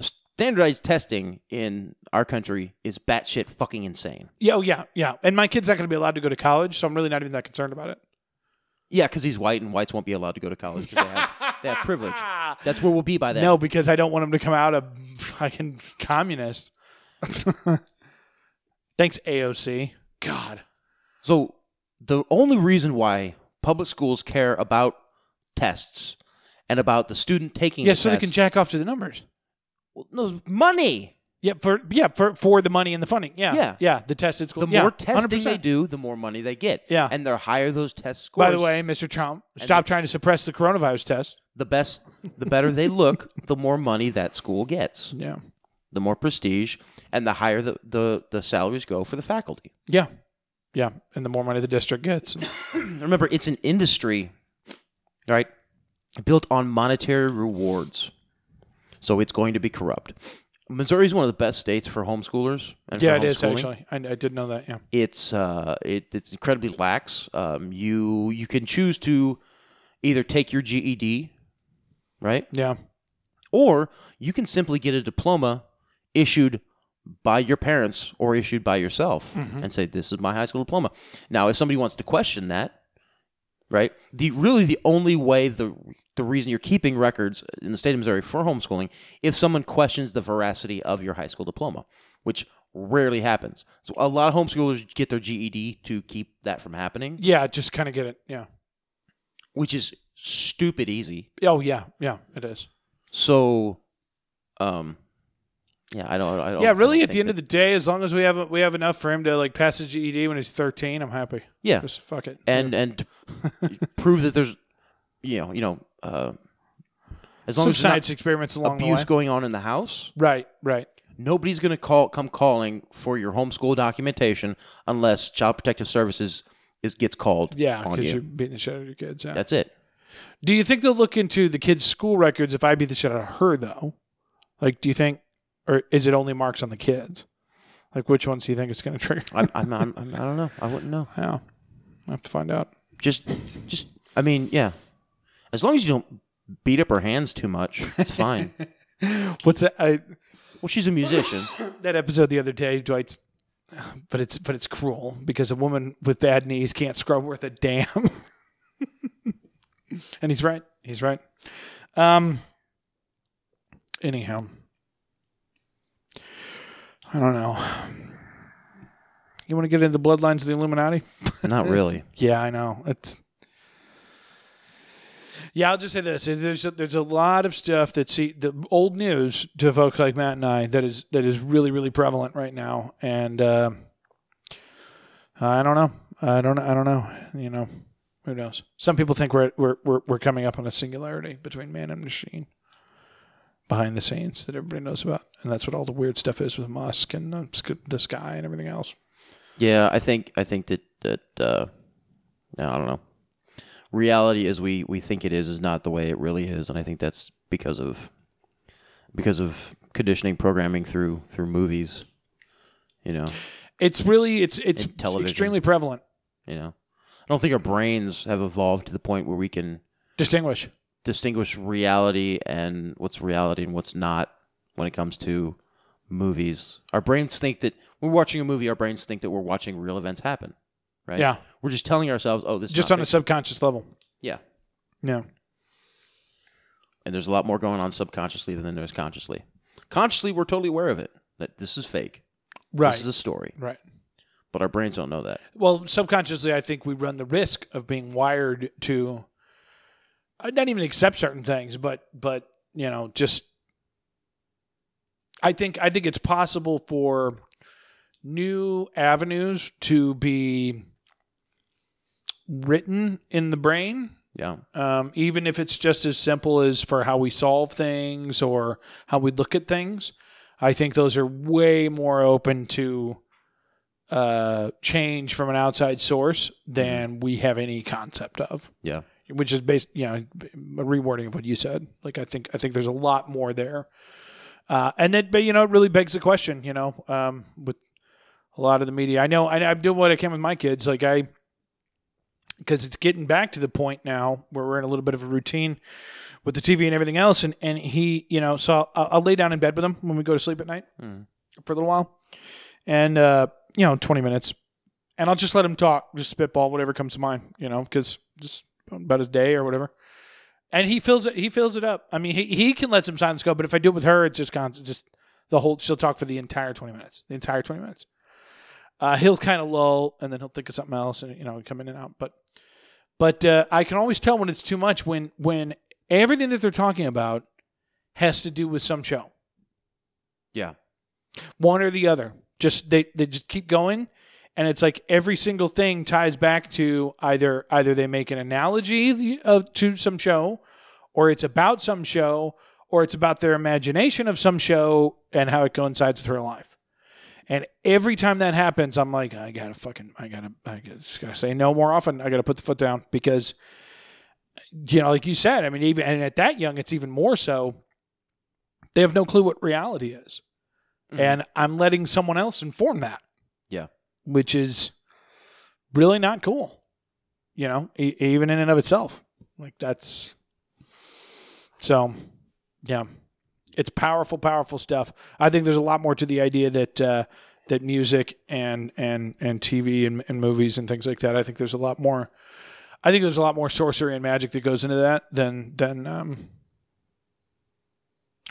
S2: standardized testing in our country is batshit fucking insane.
S3: yeah, oh, yeah, yeah. And my kid's not going to be allowed to go to college, so I'm really not even that concerned about it.
S2: Yeah, because he's white and whites won't be allowed to go to college 'cause they have, they have privilege. That's where we'll be by then.
S3: No, because I don't want him to come out a fucking communist. Thanks, AOC. God.
S2: So the only reason why public schools care about tests and about the student taking
S3: Yeah,
S2: the
S3: so they
S2: test,
S3: can jack off to the numbers.
S2: well, no, money.
S3: Yeah, for yeah for for the money and the funding. Yeah,
S2: Yeah.
S3: yeah. The test at school.
S2: The
S3: yeah,
S2: more testing they
S3: 100%.
S2: do, the more money they get.
S3: Yeah.
S2: and the higher those test scores.
S3: By the way, Mr. Trump, stop trying to suppress the coronavirus test.
S2: the best, the better they look, the more money that school gets,
S3: Yeah,
S2: the more prestige, and the higher the the, the salaries go for the faculty.
S3: yeah, yeah. And the more money the district gets.
S2: Remember, it's an industry, right, built on monetary rewards. So it's going to be corrupt. Missouri is one of the best states for homeschoolers. And for
S3: yeah, it is
S2: homeschooling.
S3: actually. I, I did know that. Yeah,
S2: It's uh, it, it's incredibly lax. Um, you you can choose to either take your GED, right,
S3: yeah,
S2: or you can simply get a diploma issued by your parents or issued by yourself and say this is my high school diploma now if somebody wants to question that right the really the only way the the reason you're keeping records in the state of missouri for homeschooling if someone questions the veracity of your high school diploma which rarely happens so a lot of homeschoolers get their ged to keep that from happening
S3: yeah. Just kind of get it. Yeah.
S2: which is stupid easy
S3: Oh yeah, yeah. It is.
S2: So, um, yeah, I don't. I don't
S3: yeah, really. At the end of the day, as long as we have we have enough for him to like pass his GED when he's thirteen, I'm happy.
S2: yeah,
S3: Just fuck it.
S2: and and to prove that there's, you know, you know, uh, as long as
S3: some
S2: there's not
S3: science experiments along the way.
S2: abuse going on in the house,
S3: right, right.
S2: nobody's gonna call come calling for your homeschool documentation unless Child Protective Services is gets called.
S3: Yeah,
S2: on
S3: because
S2: you.
S3: you're beating the shit out of your kids. Yeah.
S2: That's it.
S3: Do you think they'll look into the kid's school records if I beat the shit out of her though? Like, do you think, or is it only marks on the kids? Like, which ones do you think it's going to trigger?
S2: I'm, I'm, I'm, I'm, I don't know. I wouldn't know.
S3: Yeah, I have to find out.
S2: Just, just. I mean, yeah. As long as you don't beat up her hands too much, it's fine.
S3: What's that? I,
S2: well, she's a musician.
S3: that episode the other day, Dwight's. But it's but it's cruel because a woman with bad knees can't scrub worth a damn. and he's right. He's right. Um. Anyhow, I don't know. You want to get into the bloodlines of the Illuminati?
S2: Not really.
S3: Yeah, I know. It's yeah. I'll just say this: there's a, there's a lot of stuff that see the old news to folks like Matt and I that is that is really really prevalent right now, and uh, I don't know. I don't. I don't know. You know, who knows? Some people think we're we're we're, we're coming up on a singularity between man and machine. Behind the scenes that everybody knows about, and that's what all the weird stuff is with Musk and the, sk- the sky and everything else.
S2: Yeah, I think I think that that uh, I don't know. Reality as we we think it is is not the way it really is, and I think that's because of because of conditioning programming through through movies. You know,
S3: It's really it's it's
S2: And television.
S3: extremely prevalent.
S2: you know. I don't think our brains have evolved to the point where we can
S3: Distinguish.
S2: distinguish reality and what's reality and what's not when it comes to movies. Our brains think that when we're watching a movie, our brains think that we're watching real events happen. Right?
S3: Yeah.
S2: We're just telling ourselves, oh, this is
S3: just
S2: not
S3: on a
S2: fiction.
S3: subconscious level.
S2: Yeah.
S3: Yeah.
S2: And there's a lot more going on subconsciously than there is consciously. Consciously, we're totally aware of it. That this is fake.
S3: Right.
S2: This is a story.
S3: right.
S2: But our brains don't know that.
S3: Well, subconsciously, I think we run the risk of being wired to uh, not even accept certain things, but but you know, just I think I think it's possible for new avenues to be written in the brain
S2: Yeah.
S3: um, even if it's just as simple as for how we solve things or how we look at things. I think those are way more open to uh, change from an outside source than we have any concept of,
S2: Yeah.
S3: which is based, you know, a rewording of what you said. Like I think I think there's a lot more there, uh, and that, but you know, it really begs the question, you know, um, with a lot of the media. I know I, I'm doing what I can with my kids. Like I, because it's getting back to the point now where we're in a little bit of a routine with the TV and everything else. And, and he, you know, so I'll, I'll lay down in bed with him when we go to sleep at night
S2: Mhm.
S3: for a little while. And, uh, you know, 20 minutes. And I'll just let him talk, just spitball whatever comes to mind, you know, because just about his day or whatever. And he fills it. He fills it up. I mean, he, he can let some silence go, but if I do it with her, it's just constant. Just the whole. She'll talk for the entire twenty minutes. The entire twenty minutes. Uh, he'll kind of lull, and then he'll think of something else, and you know, come in and out. But but uh, I can always tell when it's too much when when everything that they're talking about has to do with some show,
S2: Yeah.
S3: one or the other. Just they they just keep going, and it's like every single thing ties back to either either they make an analogy the- of to some show, or it's about some show, or it's about their imagination of some show and how it coincides with her life. And every time that happens, I'm like, I gotta fucking, I gotta, I gotta- just gotta say no more often. I gotta put the foot down because, you know, like you said, I mean, even and at that young, it's even more so. They have no clue what reality is, and I'm letting someone else inform that.
S2: Yeah.
S3: which is really not cool. You know, e- even in and of itself, like that's so. Yeah, it's powerful, powerful stuff. I think there's a lot more to the idea that uh, that music and and and TV and, and movies and things like that. I think there's a lot more. I think there's a lot more sorcery and magic that goes into that than than um,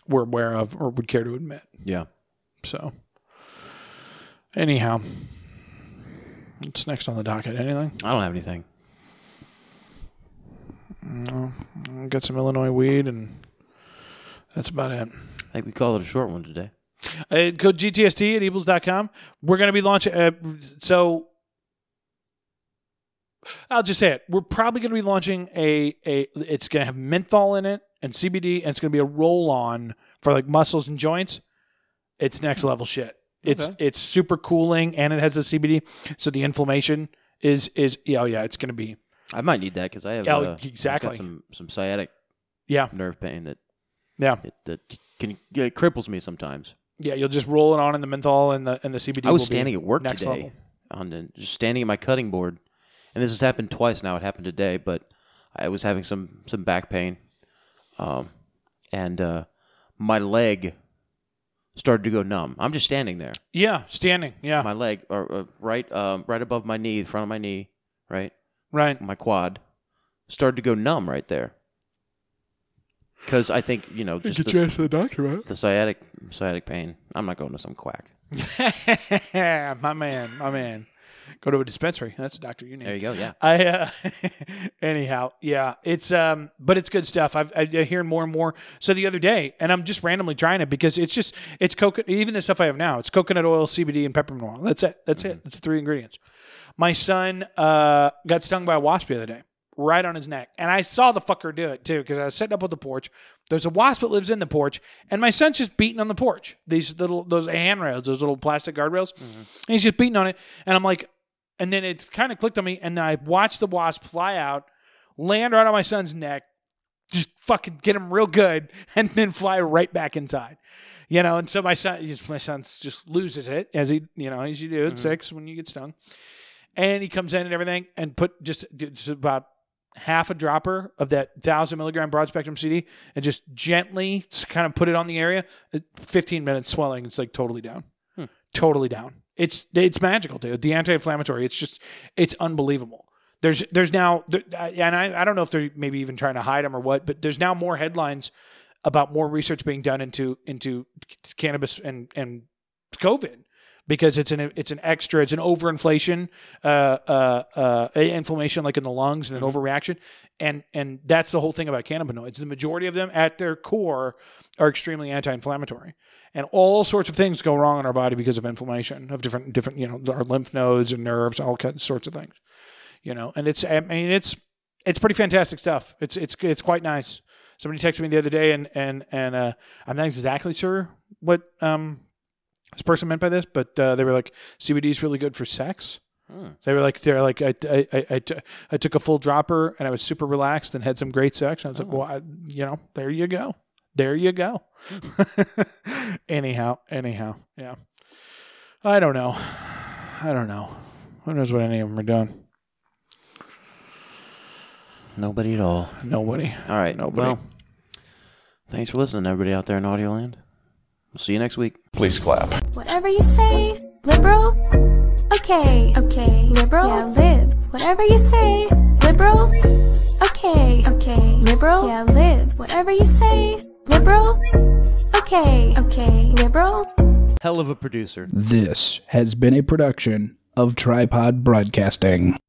S3: we're aware of or would care to admit.
S2: Yeah.
S3: So, anyhow, what's next on the docket? Anything?
S2: I don't have anything.
S3: Mm, Got some Illinois weed, and that's about it.
S2: I think we call it a short one today.
S3: Uh, go GTSD at Ebles.com. We're going to be launching. Uh, so I'll just say it. We're probably going to be launching a a. It's going to have menthol in it and CBD, and it's going to be a roll on for like muscles and joints. It's next level shit. It's it's super cooling, and it has the CBD, so the inflammation is is yeah, oh yeah. It's going to be
S2: I might need that because I have
S3: Yeah,
S2: uh, I've got
S3: exactly.
S2: some some sciatic
S3: yeah
S2: nerve pain that
S3: yeah
S2: it, that can it cripples me sometimes.
S3: yeah. You'll just roll it on in the menthol and the and the CBD.
S2: I was
S3: will be
S2: standing at work
S3: next
S2: today
S3: level.
S2: on the, just standing at my cutting board, and this has happened twice now. It happened today, but I was having some some back pain, um, and uh, my leg started to go numb. I'm just standing there.
S3: Yeah, standing. Yeah,
S2: My leg, or, or right, um, right above my knee, the front of my knee, right,
S3: right.
S2: my quad, started to go numb right there. Because I think you know, just
S1: Get
S2: the-
S1: your ass to the doctor, right?
S2: the sciatic sciatic pain. I'm not going to some quack.
S3: my man, my man. Go to a dispensary. That's a doctor you need.
S2: There you go. Yeah.
S3: I uh, anyhow, yeah, it's um, but it's good stuff. I've I, I hear more and more. So the other day, and I'm just randomly trying it because it's just it's coconut. Even the stuff I have now, it's coconut oil, CBD, and peppermint oil. That's it. That's it. That's the three ingredients. My son uh got stung by a wasp the other day, right on his neck, and I saw the fucker do it too because I was sitting up on the porch. There's a wasp that lives in the porch, and my son's just beating on the porch. These little those handrails, those little plastic guardrails, and he's just beating on it. And I'm like, and then it kind of clicked on me, and then I watched the wasp fly out, land right on my son's neck, just fucking get him real good, and then fly right back inside. You know, and so my son, just- my son just loses it as he, you know, as you do at six when you get stung, and he comes in and everything, and put just, just about half a dropper of that thousand milligram broad spectrum CD, and just gently kind of put it on the area. Uh, Fifteen minutes swelling, it's like totally down totally down. It's it's magical, dude. The anti-inflammatory. It's just it's unbelievable. There's there's now there, and I, I don't know if they're maybe even trying to hide them or what, but there's now more headlines about more research being done into into cannabis and and COVID because it's an it's an extra it's an overinflation uh, uh, uh, inflammation like in the lungs and an overreaction and and that's the whole thing about cannabinoids the majority of them at their core are extremely anti-inflammatory and all sorts of things go wrong in our body because of inflammation of different different you know our lymph nodes and nerves all kinds sorts of things you know and it's I mean it's it's pretty fantastic stuff. It's it's it's quite nice. Somebody texted me the other day, and and and uh, I'm not exactly sure what um, this person meant by this, but uh, they were like, CBD is really good for sex. They were like, they're like, I, I, I, I, t- I took a full dropper and I was super relaxed and had some great sex. And I was like, well, I, you know, there you go, there you go. anyhow, anyhow, yeah. I don't know. I don't know. Who knows what any of them are doing?
S2: Nobody at all.
S3: Nobody.
S2: All right. Nobody. Well, thanks for listening, everybody out there in Audio Land. We'll see you next week.
S8: Please clap.
S9: Whatever you say, liberal. Okay, okay, liberal. Yeah, lib. Whatever you say, liberal. Okay, okay, liberal. Yeah, lib. Whatever you say, liberal. Okay, okay, liberal.
S2: Hell of a producer.
S1: This has been a production of Tripod Broadcasting.